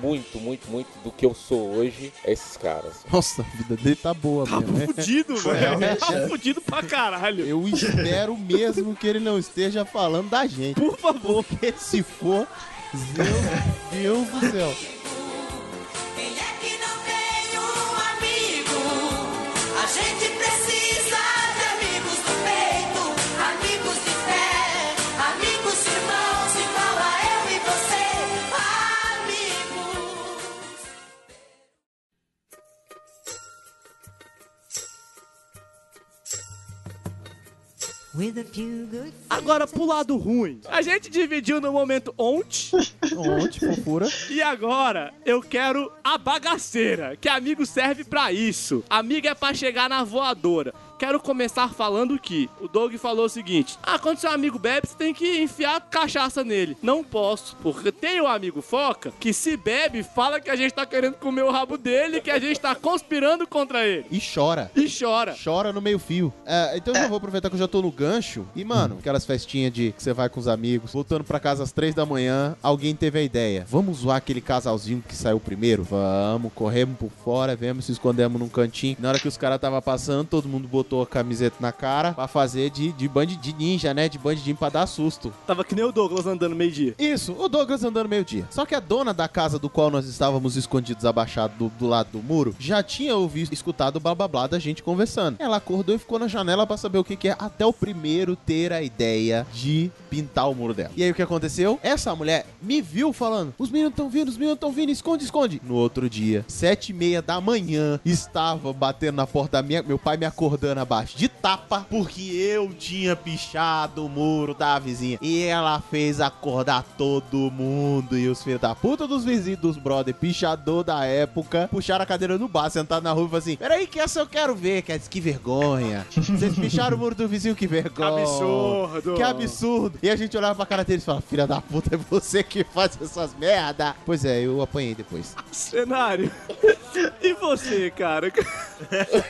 muito, muito, muito do que eu sou hoje a esses caras. Nossa, a vida dele tá boa Tá mesmo. né? fudido, velho. É, Tá fudido pra caralho. Eu espero mesmo que ele não esteja falando da gente. Por favor. Porque se for, meu Deus do céu. Quem é que não tem um amigo? A gente precisa de amigos do peito, amigos de fé, amigos irmãos, igual a eu e você, amigos. Agora pro lado ruim. A gente dividiu no momento ontem. Ontem, fofura. E agora eu quero a bagaceira, que amigo serve pra isso. Amigo é pra chegar na voadora. Quero começar falando que o Doug falou o seguinte: Ah, quando seu amigo bebe, você tem que enfiar cachaça nele. Não posso, porque tem um amigo foca que se bebe, fala que a gente tá querendo comer o rabo dele, que a gente tá conspirando contra ele. E chora. E chora. Chora no meio fio. É, então eu já vou aproveitar que eu já tô no gancho. E, mano, aquelas festinhas de que você vai com os amigos, voltando pra casa às três da manhã, alguém teve a ideia. Vamos zoar aquele casalzinho que saiu primeiro? Vamos, corremos por fora, vemos, se escondemos num cantinho. Na hora que os caras tava passando, todo mundo botou a camiseta na cara pra fazer de, de band de ninja, né? De bandidinho pra dar susto. Tava que nem o Douglas andando meio-dia. Isso, o Douglas andando meio-dia. Só que a dona da casa do qual nós estávamos escondidos, abaixado do, do lado do muro, já tinha ouvido, escutado o blá blá blá da gente conversando. Ela acordou e ficou na janela pra saber o que, que é, até o primeiro ter a ideia de pintar o muro dela. E aí o que aconteceu? Essa mulher me viu falando: os meninos estão vindo, os meninos estão vindo, esconde, esconde. No outro dia, sete e meia da manhã, estava batendo na porta da minha, meu pai me acordando abaixo de tapa, porque eu tinha pichado o muro da vizinha. E ela fez acordar todo mundo. E os filhos da puta dos vizinhos dos brother, pichador da época, puxaram a cadeira do bar, sentado na rua e falaram assim: Peraí, que essa eu quero ver, cara. Que vergonha. Vocês picharam o muro do vizinho, que vergonha. Que absurdo. Que absurdo. E a gente olhava pra cara deles e falava: Filha da puta, é você que faz essas merda. Pois é, eu apanhei depois. Cenário. E você, cara?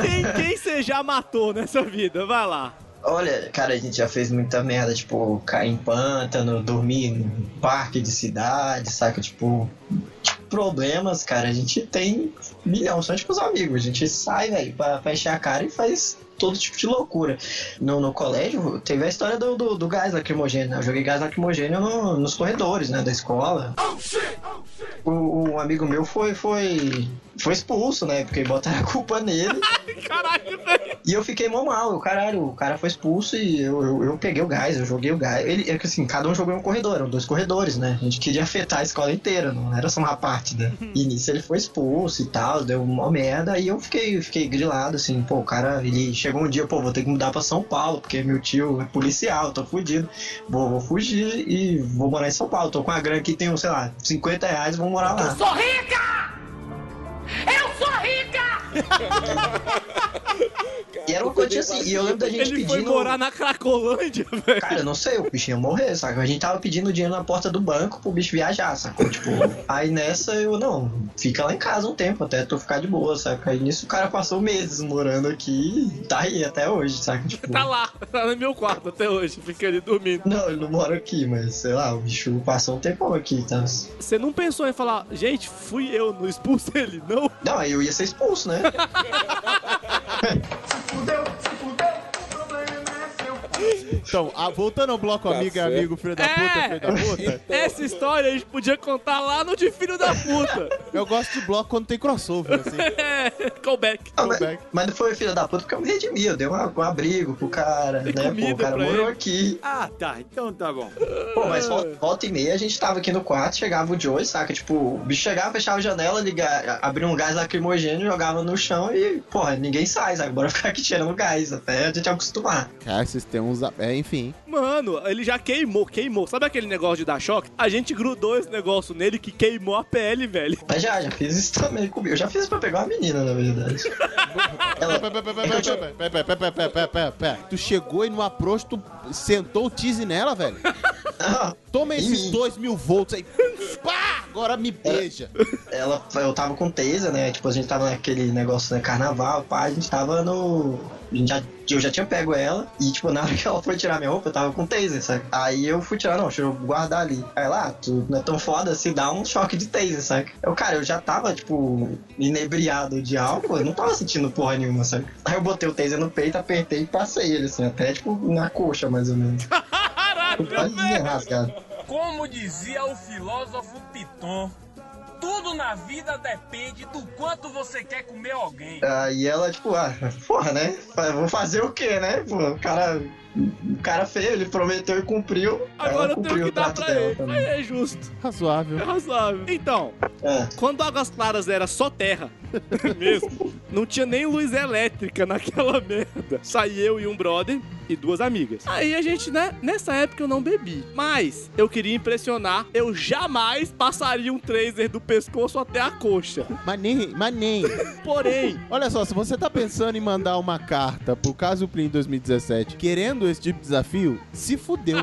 Quem, quem você já matou nessa vida? Vai lá. Olha, cara, a gente já fez muita merda, tipo, cair em pântano, dormir em parque de cidade, saca? Tipo, problemas, cara, a gente tem milhão, só tipo os amigos. A gente sai, velho, pra, pra encher a cara e faz todo tipo de loucura. No, no colégio, teve a história do, do, do gás lacrimogêneo, né? Eu joguei gás lacrimogêneo no- nos corredores, né, da escola. O, um amigo meu foi, foi, foi expulso, né, porque botaram a culpa nele. E eu fiquei mó mal, eu, caralho, o cara foi expulso e eu, eu, eu peguei o gás, eu joguei o gás. Ele, é que assim, cada um jogou em um corredor, eram dois corredores, né? A gente queria afetar a escola inteira, não era só uma parte, né? Uhum. E nisso ele foi expulso e tal, deu uma merda, e eu fiquei, fiquei grilado, assim, pô, o cara, ele chegou um dia, pô, vou ter que mudar pra São Paulo, porque meu tio é policial, tô fudido, vou, vou fugir e vou morar em São Paulo, tô com a grana aqui, tenho, sei lá, 50 reais, vou morar lá. Sou rica! Eu sou rica! E era uma noite assim. E eu lembro da gente Ele pedindo. foi morar na Cracolândia, velho. Cara, eu não sei, o bicho ia morrer, saca? A gente tava pedindo dinheiro na porta do banco pro bicho viajar, sacou? Tipo, aí nessa eu, não, fica lá em casa um tempo até tu ficar de boa, saca? Aí nisso o cara passou meses morando aqui e tá aí até hoje, saca? Tipo, Tá lá, tá no meu quarto até hoje, fica ali dormindo. Não, ele não mora aqui, mas sei lá, o bicho passou um tempão aqui, tá? Você não pensou em falar, gente, fui eu, não expulso ele, não? Não, aí eu ia ser expulso, né? Então, a- voltando ao bloco Tá amigo e certo. amigo, filho da puta, É. filho da puta. Essa história a gente podia contar lá no de filho da puta. Eu gosto de bloco quando tem crossover, assim. É, callback. Ah, mas, mas não foi filho da puta porque eu me redimi, eu dei uma- um abrigo pro cara, né? Pô, comida o cara pra morou ele. aqui. Ah, tá. Então tá bom. Pô, mas volta, volta e meia a gente tava aqui no quarto, chegava o Joey, saca? Tipo, o bicho chegava, fechava a janela, liga, abria um gás lacrimogêneo, jogava no chão e, porra, ninguém sai, saca? Bora ficar aqui tirando gás até a gente acostumar. Cara, vocês têm uns. É, enfim. Mano, ele já queimou, queimou. Sabe aquele negócio de dar choque? A gente grudou esse negócio nele que queimou a pele, velho. Mas já, já fiz isso também comigo. Eu já fiz isso pra pegar uma menina, na verdade. Ela- Pera, pera, pera, pera, pera, pera, pera, pera. Tu chegou e no approach tu sentou o tease nela, velho. Toma esses dois mil volts aí. Pá! Agora me beija. Ela, eu tava com Teisa, né? Tipo, a gente tava naquele negócio, né? Carnaval, pá, a gente tava no. a gente já- eu já tinha pego ela e, tipo, na hora que ela foi tirar minha roupa, eu tava com taser, sabe? Aí eu fui tirar, não, deixa eu guardar ali. Aí lá, tu não é tão foda assim, dá um choque de taser, sabe? Eu, cara, eu já tava, tipo, inebriado de álcool, eu não tava sentindo porra nenhuma, sabe? Aí eu botei o taser no peito, apertei e passei ele, assim, até, tipo, na coxa, mais ou menos. Quase rasgado. Como dizia o filósofo Piton, tudo na vida depende do quanto você quer comer alguém. Aí ela, tipo, ah, porra, né? Fa- Vou fazer o quê, né? Pô, o cara. O cara feio, ele prometeu e cumpriu. Agora ela eu tenho cumpriu que o dar trato pra dela ele. também. Aí é justo. Razoável. É razoável. Então, É. quando Águas Claras era só terra mesmo, não tinha nem luz elétrica naquela merda. Saí eu e um brother e duas amigas. Aí a gente, né? Nessa época eu não bebi. Mas eu queria impressionar, eu jamais passaria um tracer do pescoço até a coxa. Mas nem, mas nem. Porém. Olha só, se você tá pensando em mandar uma carta pro Caso Plim 2017 querendo esse tipo de desafio, se fudeu.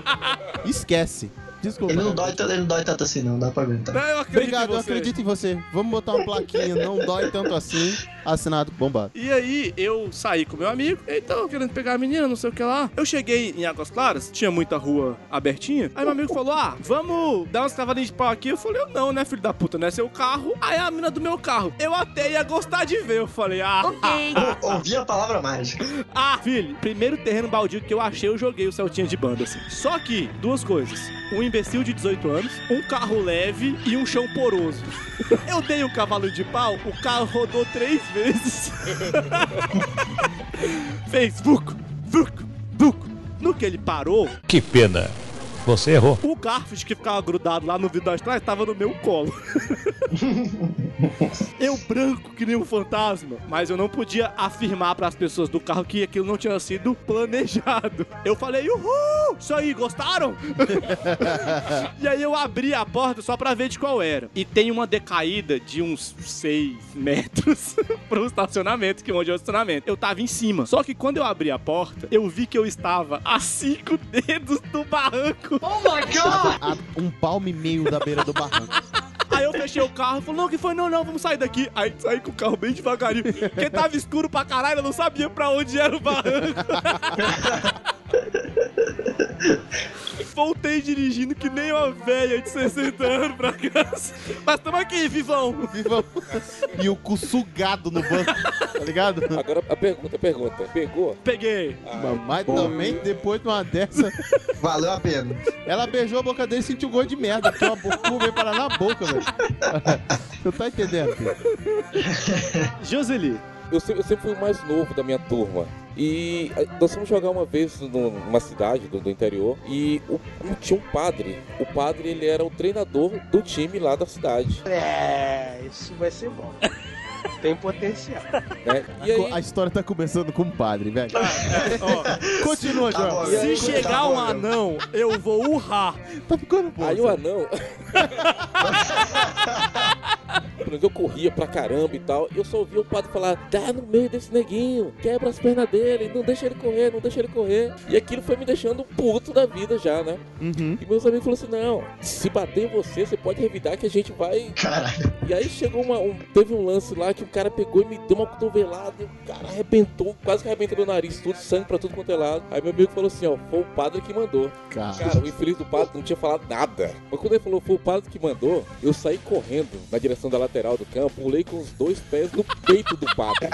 Esquece. Desculpa. Ele não, dói, tanto- ele não dói tanto assim, não dá pra aguentar. Não, eu assim, acredito Obrigado, em eu você. acredito em você. Vamos botar uma plaquinha, não dói tanto assim. Assinado bombado. E aí eu saí com meu amigo, então querendo pegar a menina, não sei o que lá. Eu cheguei em Águas Claras, tinha muita rua abertinha. Aí meu amigo falou: Ah, vamos dar umas cavalinhas de pau aqui. Eu falei: Eu não, né, filho da puta, né? Seu carro. Aí a mina do meu carro. Eu até ia gostar de ver. Eu falei: Ah, ouvi a palavra mágica. Ah, filho, primeiro terreno baldio que eu achei, eu joguei o Celtinha de banda. assim. Só que, duas coisas: um imbecil de 18 anos, um carro leve e um chão poroso. Eu dei o cavalo de pau, o carro rodou três vezes. Fez vuco, vuco, vuco. No que ele parou, Que pena. Você errou. o Garfield que ficava grudado lá no vidro de trás tava no meu colo. eu branco que nem um fantasma, mas eu não podia afirmar pras pessoas do carro que aquilo não tinha sido planejado. Eu falei, uhul, isso aí, gostaram? e aí eu abri a porta só pra ver de qual era. E tem uma decaída de uns 6 metros pro estacionamento, que é onde é o estacionamento. Eu tava em cima. Só que quando eu abri a porta, eu vi que eu estava a cinco dedos do barranco. Oh my A- um palmo e meio da beira do barranco. Aí eu fechei o carro e falei, não, que foi? Não, não, vamos sair daqui. Aí saí com o carro bem devagarinho. Porque tava escuro pra caralho, eu não sabia pra onde era o barranco. Voltei dirigindo que nem uma velha de 60 anos pra casa. Mas tamo aqui, vivão. Vivão. E o cu sugado no banco, tá ligado? Agora a pergunta, a pergunta. Pegou? Peguei. Ai, Mas bom. também, depois de uma dessa... Valeu a pena. Ela beijou a boca dele e sentiu gosto de merda, porque o cu veio parar na boca, velho. Você tá entendendo, filho? Joseli. Eu se- eu sempre, fui o mais novo da minha turma. E eh, nós fomos jogar uma vez num- numa cidade do, do interior e o- o- tinha um padre. O padre ele era o treinador do time lá da cidade. É, isso vai ser bom. Tem potencial. né? E aí, A história tá começando com o padre, velho. Continua, João. Se é tá, chegar um anão, eu vou urrar. Tá ficando bom. Aí o anão. pelo menos eu corria pra caramba e tal. Eu só ouvia o padre falar: dá no meio desse neguinho, quebra as pernas dele, não deixa ele correr, não deixa ele correr. E aquilo foi me deixando puto da vida já, né? Uhum. E meus amigos falaram assim: não, se bater em você, você pode revidar que a gente vai. Caralho. E aí chegou uma. um- teve um lance lá que o cara pegou e me deu uma cotovelada, e o cara arrebentou, quase que arrebentou meu nariz, tudo, sangue pra tudo quanto é lado. Aí meu amigo falou assim: ó, foi o padre que mandou. Cara. o infeliz do padre não tinha falado nada. Mas quando ele falou, foi o padre que mandou, eu saí correndo na direção da lateral do campo, pulei com os dois pés no peito do padre.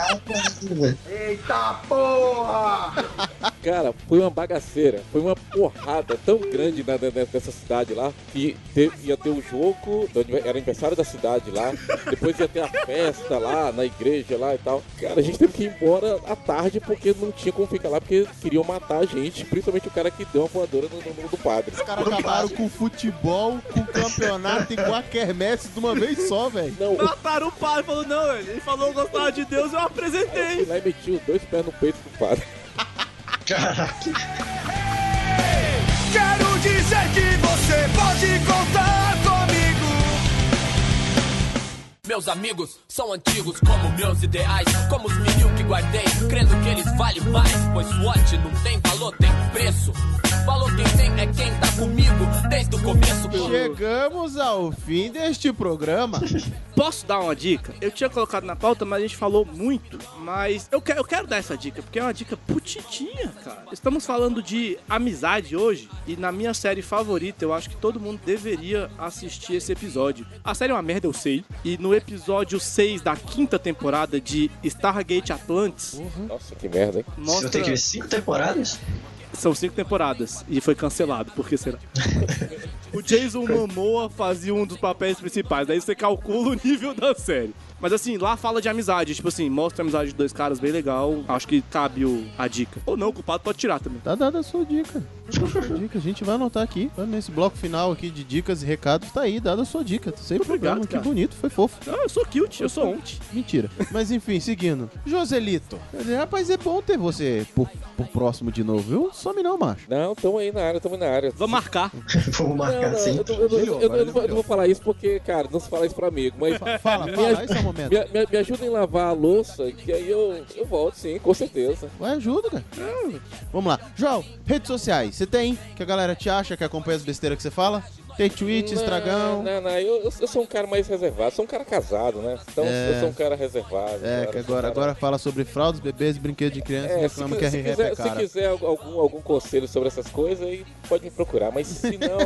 Eita porra! Cara, foi uma bagaceira, foi uma porrada tão grande na, na- nessa cidade lá que te- ia ter o jogo, do anive- era aniversário da cidade lá, depois ia ter a festa lá na igreja lá e tal. Cara, a gente teve que ir embora à tarde porque não tinha como ficar lá, porque queriam matar a gente, principalmente o cara que deu uma voadora no, no, do padre. Os caras acabaram com o futebol, com o campeonato e com a quermesse de uma vez só, velho. Mataram o padre, falou, não, velho. Ele falou, eu gostava de Deus, eu apresentei. Lá e meti os dois pés no peito do padre. Quero dizer que você pode contar comigo. Meus amigos são antigos como meus ideais, como os mil que guardei, crendo que eles valem mais. Pois SWAT não tem valor, tem preço. Valor quem tem é quem tá comigo desde o começo. Chegamos ao fim deste programa. Posso dar uma dica? Eu tinha colocado na pauta, mas a gente falou muito. Mas eu, que- eu quero dar essa dica, porque é uma dica putitinha, cara. Estamos falando de amizade hoje, e na minha série favorita, eu acho que todo mundo deveria assistir esse episódio. A série é uma merda, eu sei. E no episódio 6 da quinta temporada de Stargate Atlantis, Nossa, que merda, hein? mostra... tem que ver cinco temporadas? São cinco temporadas, e foi cancelado, por que será? O Jason Momoa fazia um dos papéis principais, daí você calcula o nível da série. Mas assim, lá fala de amizade, tipo assim, mostra a amizade de dois caras bem legal. Acho que cabe o- a dica. Ou não, o culpado pode tirar também. Tá dada a sua dica. Tá dada a sua dica. A gente vai anotar aqui. tá? Nesse bloco final aqui de dicas e recados, tá aí, dada a sua dica. Sem problema, obrigado, que cara. bonito, foi fofo. Não, Ah, eu sou cute, eu sou um. ontem. Mentira. Mas enfim, seguindo. Joselito. Quer dizer, Rapaz, é bom ter você por, por próximo de novo, viu? Some não, macho. Não, tamo aí na área, tamo aí na área. Vamos marcar. Vamos Ah, Não, não, eu, tô- eu, tô- eu, eu, eu não vou- eu não vou falar isso porque, cara, não se fala isso pra amigo, mas... Fa- fala, me fala, aj- esse é o momento. Me, me, me ajudem a lavar a louça, que aí eu, eu volto, sim, com certeza. Vai, ajuda, cara. Vamos lá. João, redes sociais. Você tem? Que a galera te acha, que acompanha as besteiras que você fala? Tem tweet, estragão. Não, não, eu, eu- eu sou um cara mais reservado, sou um cara casado, né? Então, É. eu sou um cara reservado. É, cara, que eu sou um agora, cara- agora fala sobre fraldas, bebês, brinquedos de criança É, e se, reclama que a se, RRF é quiser, se cara. quiser algum, algum conselho sobre essas coisas, aí pode me procurar. Mas se não,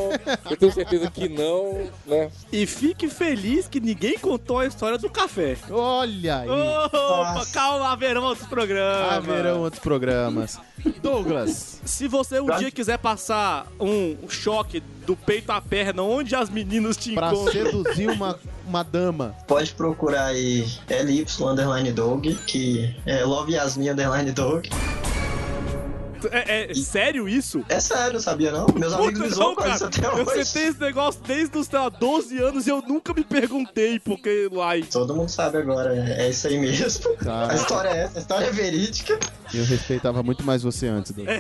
eu tenho certeza que não, né? E fique feliz que ninguém contou a história do café. Olha aí. Opa, calma, haverão outros programas. Haverão outros programas. Douglas. Se você um dia quiser passar um choque do peito à perna, onde as meninas te Pra encontram? seduzir uma, uma dama. Pode procurar aí LY underline dog, que é Love Yasmin underline dog. É, é sério isso? É sério, sabia não? Meus amigos Puta, me não, zoam com cara. isso até Eu hoje. sentei esse negócio desde os sei lá, 12 anos e eu nunca me perguntei por que lá. Todo mundo sabe agora, é isso aí mesmo. Cara. A história é essa, a história é verídica. Eu respeitava muito mais você antes, Douglas.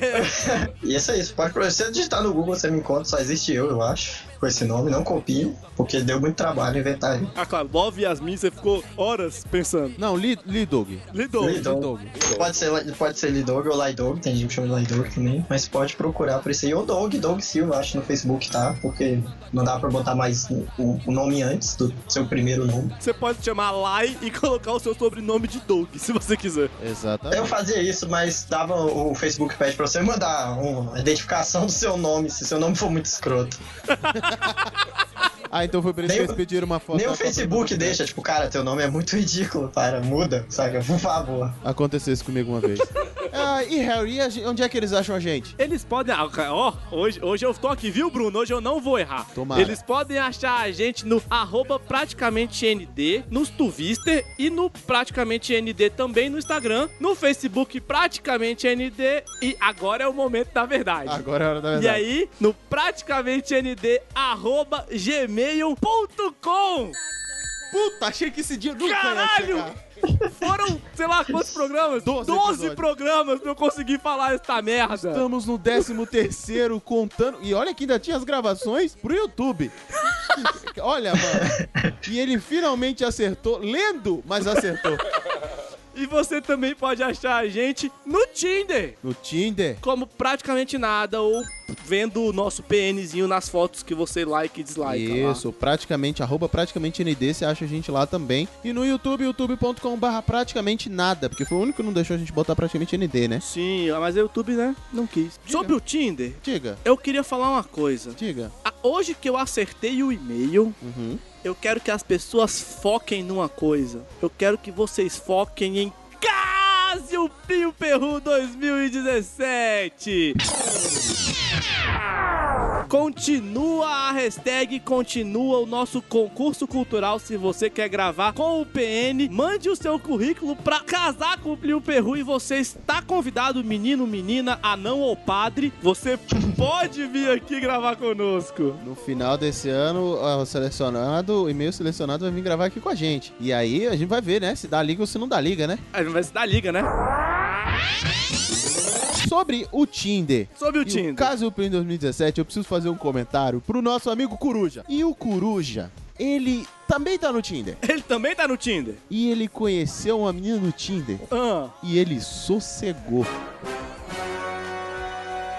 E isso é isso. Pode procurar. Se você digitar no Google, você me encontra, só existe eu, eu acho. Com esse nome, não copio, porque deu muito trabalho inventar ele. Ah, claro, Love Yasmin, você ficou horas pensando. Não, Lidog. Lidog. Lidog. Pode ser, pode ser Lidog ou Lidog, tem gente que chama de Lidog também, mas pode procurar por isso aí. Ou Dog, Dog Silva, acho no Facebook, tá? Porque não dá pra botar mais o, o nome antes do seu primeiro nome. Você pode chamar Lai e colocar o seu sobrenome de Doug, se você quiser. Eu fazia isso, mas dava o Facebook pede pra você mandar uma identificação do seu nome, se seu nome for muito escroto. Ah, então foi por isso que Nem o- eles pediram uma foto. Nem da o Copa do Facebook Mundo. deixa, tipo, cara, teu nome é muito ridículo, cara, muda, saca? Por favor. Aconteceu isso comigo uma vez. Ah, e Harry, e a gen- onde é que eles acham a gente? Eles podem. ah, cara, Ó, hoje, hoje eu tô aqui, viu, Bruno? Hoje eu não vou errar. Tomara. Eles podem achar a gente no arroba praticamente ND, nos Twitter e no praticamente ND também no Instagram, no Facebook praticamente ND e agora é o momento da verdade. Agora é a hora da verdade. E aí, no praticamente ND, arroba gmail.com. Puta, achei que esse dia nunca Caralho! Foram, sei lá, quantos programas? Doze 12 episódios. programas pra eu conseguir falar esta merda. Estamos no 13 terceiro contando. E olha que ainda tinha as gravações pro YouTube. Olha, mano. E ele finalmente acertou, lendo, mas acertou. E você também pode achar a gente no Tinder. No Tinder? Como praticamente nada, ou vendo o nosso PNzinho nas fotos que você like e dislike. Isso, praticamente, arroba praticamente ND, você acha a gente lá também. E no YouTube, youtube.com barra praticamente nada, porque foi o único que não deixou a gente botar praticamente ND, né? Sim, mas o YouTube, né, não quis. Diga. Sobre o Tinder, Diga. eu queria falar uma coisa. Diga. A- Hoje que eu acertei o e-mail, Uhum. eu quero que as pessoas foquem numa coisa. Eu quero que vocês foquem em Cássio Pio Perru 2017. Continua a hashtag, continua o nosso concurso cultural. Se você quer gravar com o PN, mande o seu currículo pra casar com o Plio Perru e você está convidado, menino, menina, anão ou padre. Você pode vir aqui gravar conosco. No final desse ano, ah, o selecionado, o e-mail selecionado vai vir gravar aqui com a gente. E aí a gente vai ver, né? Se dá liga ou se não dá liga, né? Aí vai se dar liga, né? Sobre o Tinder. Sobre o E Tinder. caso eu em 2017, eu preciso fazer um comentário pro nosso amigo Coruja. E o Coruja, ele também tá no Tinder. Ele também tá no Tinder. E ele conheceu uma menina no Tinder. Ah, E ele sossegou.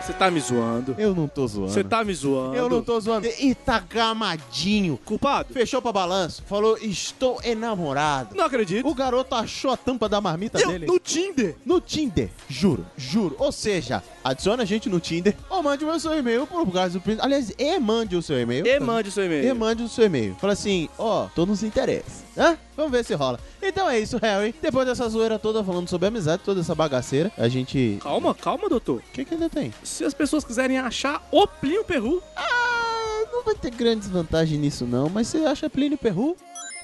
você tá me zoando. Eu não tô zoando. Você tá me zoando. Eu não tô zoando. E tá gamadinho. Culpado? Fechou pra balanço. Falou, estou enamorado. Não acredito. O garoto achou a tampa da marmita Eu- dele. no Tinder. No Tinder, juro, juro. Ou seja, adiciona a gente no Tinder ou mande o seu e-mail pro caso do Prin- Aliás, e mande o seu e-mail. E mande o seu e-mail. E mande o seu e-mail. Fala assim, ó, tô nos interesses. Hã? Vamos ver se rola. Então é isso, Harry. Depois dessa zoeira toda falando sobre amizade, toda essa bagaceira, a gente. Calma, calma, doutor. O que, que ainda tem? Se as pessoas quiserem achar o Plinio Perru, Ah, não vai ter grandes vantagens nisso, não, mas você acha Plínio Perru?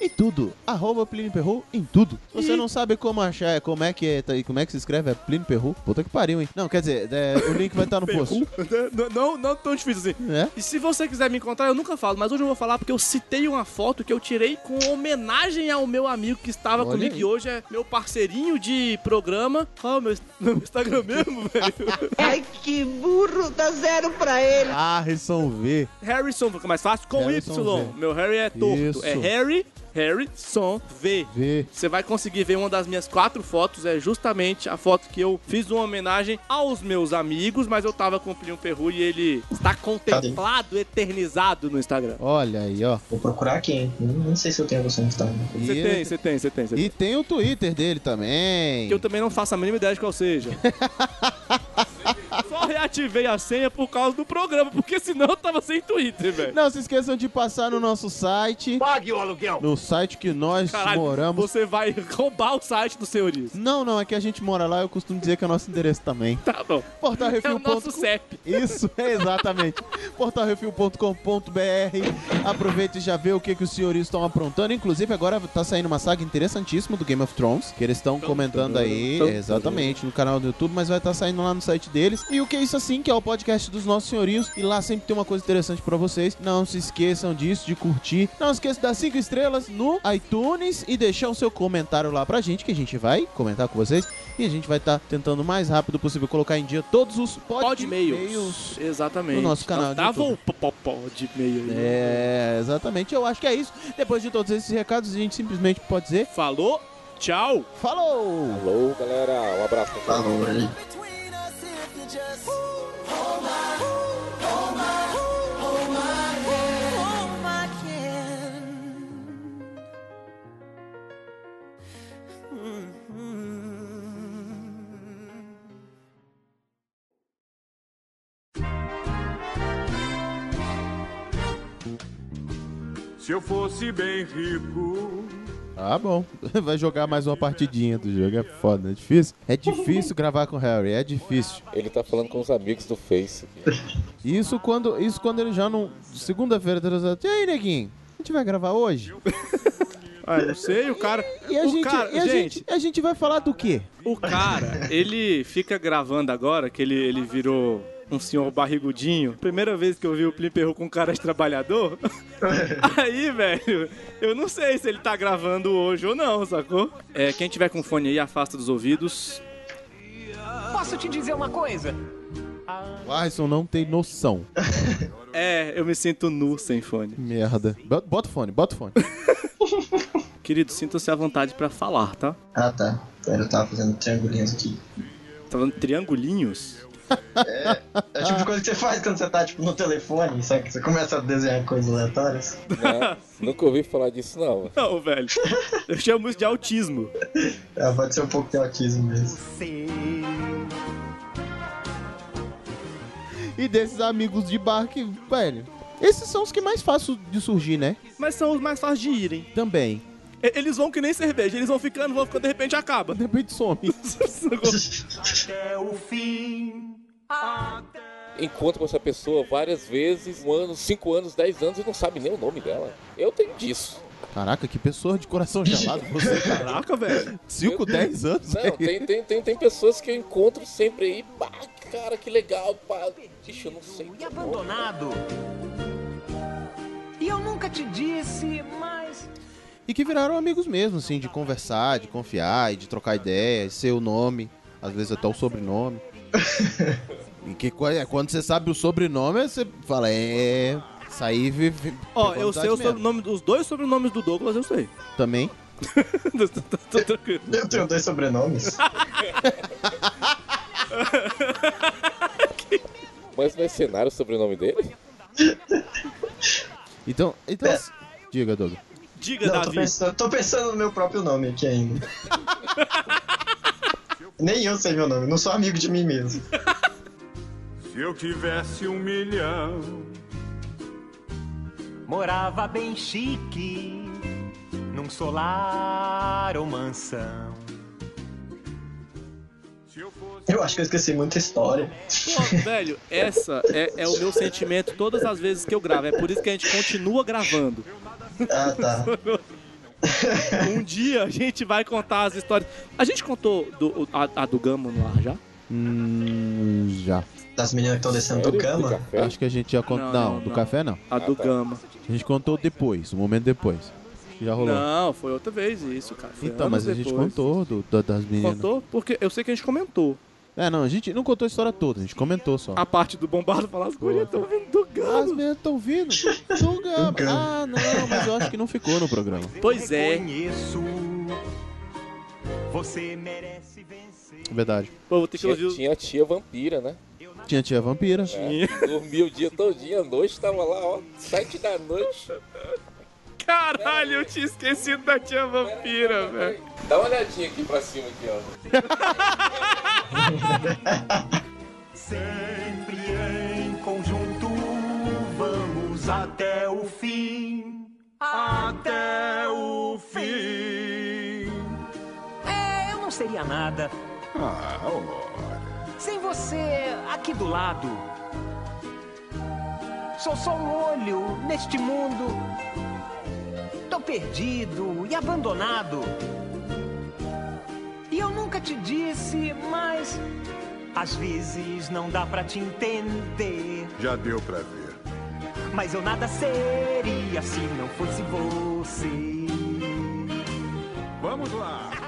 Em tudo. Arroba Plínio Perru em tudo. Se você E- não sabe como achar, como é que é, tá, e como é que se escreve, é Plínio Perru? Puta que pariu, hein? Não, quer dizer, é, o link vai estar no post. né, não, não, não tão difícil assim. É? E se você quiser me encontrar, eu nunca falo, mas hoje eu vou falar porque eu citei uma foto que eu tirei com homenagem ao meu amigo que estava Olha comigo aí. e hoje é meu parceirinho de programa. Qual é o meu, meu Instagram mesmo, velho? Ai, que burro, dá zero pra ele. Harrison V. Harrison, fica mais fácil, com Harrison Y. V. Meu Harry é torto. Isso. É Harry, Harrison V. V. Você vai conseguir ver uma das minhas quatro fotos, é justamente a foto que eu fiz uma homenagem aos meus amigos, mas eu tava com o Plinio Perru e ele está contemplado, eternizado no Instagram. Olha aí, ó. Vou procurar aqui, hein? Não, não sei se eu tenho tá? você no Instagram. Você E- tem, você tem, você tem, você tem. E tem o Twitter dele também. Que eu também não faço a mínima ideia de qual seja. Só reativei a senha por causa do programa, porque senão eu tava sem Twitter, velho. Não se esqueçam de passar no nosso site, Pague o aluguel. no site que nós Caralho, moramos. você vai roubar o site do senhorito. Não, não, é que a gente mora lá, eu costumo dizer que é nosso endereço também. Tá bom. É o Portalrefil.com. nosso CEP. Isso, é exatamente. Portalrefil.com.br. Aproveita e já vê o que, que os senhores estão aprontando. Inclusive, agora tá saindo uma saga interessantíssima do Game of Thrones, que eles estão comentando aí, exatamente, no canal do YouTube, mas vai estar saindo lá no site deles. E o que é isso assim, que é o podcast dos nossos senhorios. E lá sempre tem uma coisa interessante pra vocês. Não se esqueçam disso, de curtir. Não esqueça das 5 estrelas no iTunes e deixar o seu comentário lá pra gente, que a gente vai comentar com vocês. E a gente vai estar tentando o mais rápido possível colocar em dia todos os Pode pod e-mails. Exatamente. No nosso canal Nós do Dava o YouTube. pod e-mail aí. né? É, exatamente. Eu acho que é isso. Depois de todos esses recados, a gente simplesmente pode dizer: Falou, tchau. Falou! Alô, galera. Um abraço. Falou, hein? Between us if you just Hold my hand. Se eu fosse bem rico, Ah, bom. Vai jogar mais uma partidinha do jogo. É foda, é difícil. É difícil gravar com o Harry, é difícil. Ele tá falando com os amigos do Face. Isso quando, isso quando ele já não. Segunda-feira, terça-feira. E aí, neguinho? A gente vai gravar hoje? Ah, não sei, o cara. E a, o gente, cara, e a gente, a gente vai falar do quê? O cara, ele fica gravando agora, que ele, ele virou um senhor barrigudinho. Primeira vez que eu vi o Plim Perru com um cara de trabalhador. aí, velho, eu não sei se ele tá gravando hoje ou não, sacou? É, quem tiver com fone aí, afasta dos ouvidos. Posso te dizer uma coisa? O Arson não tem noção. É, eu me sinto nu sem fone. Merda. Bota- Bota o fone, bota o fone. Querido, sinta-se à vontade pra falar, tá? Ah, tá. Eu tava fazendo triangulinhos aqui. Tá falando triangulinhos? É tipo coisa que você faz quando você tá tipo, no telefone, sabe? Que você começa a desenhar coisas aleatórias. Nunca ouvi falar disso, não. Não, velho. Eu chamo isso de autismo. É, pode ser um pouco de autismo mesmo. e desses amigos de bar que, velho. Esses são os que mais fácil de surgir, né? Mas são os mais fáceis de irem. Também. E- Eles vão que nem cerveja, eles vão ficando, vão ficando, de repente acaba. De repente some. Até o fim. Encontro com essa pessoa várias vezes, um ano, cinco anos, dez anos e não sabe nem o nome dela. Eu tenho disso. Caraca, que pessoa de coração gelado você. Caraca, velho. 5, 10 anos? né? Não, tem, tem, tem, tem pessoas que eu encontro sempre aí. Pá, cara, que legal, pá. Ixi, eu não sei. E abandonado. E eu nunca te disse, mas. E que viraram amigos mesmo, assim, de conversar, de confiar, e de trocar ideia, e ser o nome, às vezes até o sobrenome. e que co- é, quando você sabe o sobrenome, você fala, é. Sair vive. Ó, eu sei o sobrenome, os dois sobrenomes do Douglas, eu sei. Também. Tô tranquilo. Eu tenho dois sobrenomes. Mas não é cenário o sobrenome dele? Então, É. então. Diga, Doug. Diga, Não, tô Davi. pensando, tô pensando no meu próprio nome aqui ainda. Nem eu sei meu nome, não sou amigo de mim mesmo. Se eu tivesse um milhão, Morava bem chique num solar ou mansão. Eu acho que eu esqueci muita história. Pô, velho, essa é, é o meu sentimento todas as vezes que eu gravo. É por isso que a gente continua gravando. Ah, tá. Um dia a gente vai contar as histórias. A gente contou do- a, a do Gama no ar já? Hum, já. Das meninas que estão descendo do cama? Acho que a gente já contou. É? Não, Não, não, do não. café não. A do Ah, tá. Gama. A gente contou depois, um momento depois. Já rolou. Não, foi outra vez isso, cara. Foi então, anos mas a gente depois. contou do, da- das meninas. Contou? Porque eu sei que a gente comentou. É, não, a gente não contou a história toda, a gente comentou só. A parte do bombado falar as gurias estão vindo do Gama. As meninas estão vindo do Gama. Ah, não, mas eu acho que não ficou no programa. Pois é. Conheço. Você né? merece vencer. Verdade. Pô, vou ter Tinha, tinha a tia vampira, né? Tinha tia vampira. É, dormia o dia todinho, à noite tava lá, ó, sete da noite. Caralho, eu tinha esquecido da tia vampira, velho. Dá uma olhadinha aqui pra cima, aqui, ó. Sempre em conjunto vamos até o fim. Até o fim. É, eu não seria nada. Ah, Sem você aqui do lado. Sou só um olho neste mundo. Tô perdido e abandonado. E eu nunca te disse, mas às vezes não dá pra te entender. já deu pra ver. Mas eu nada seria se não fosse você. Vamos lá.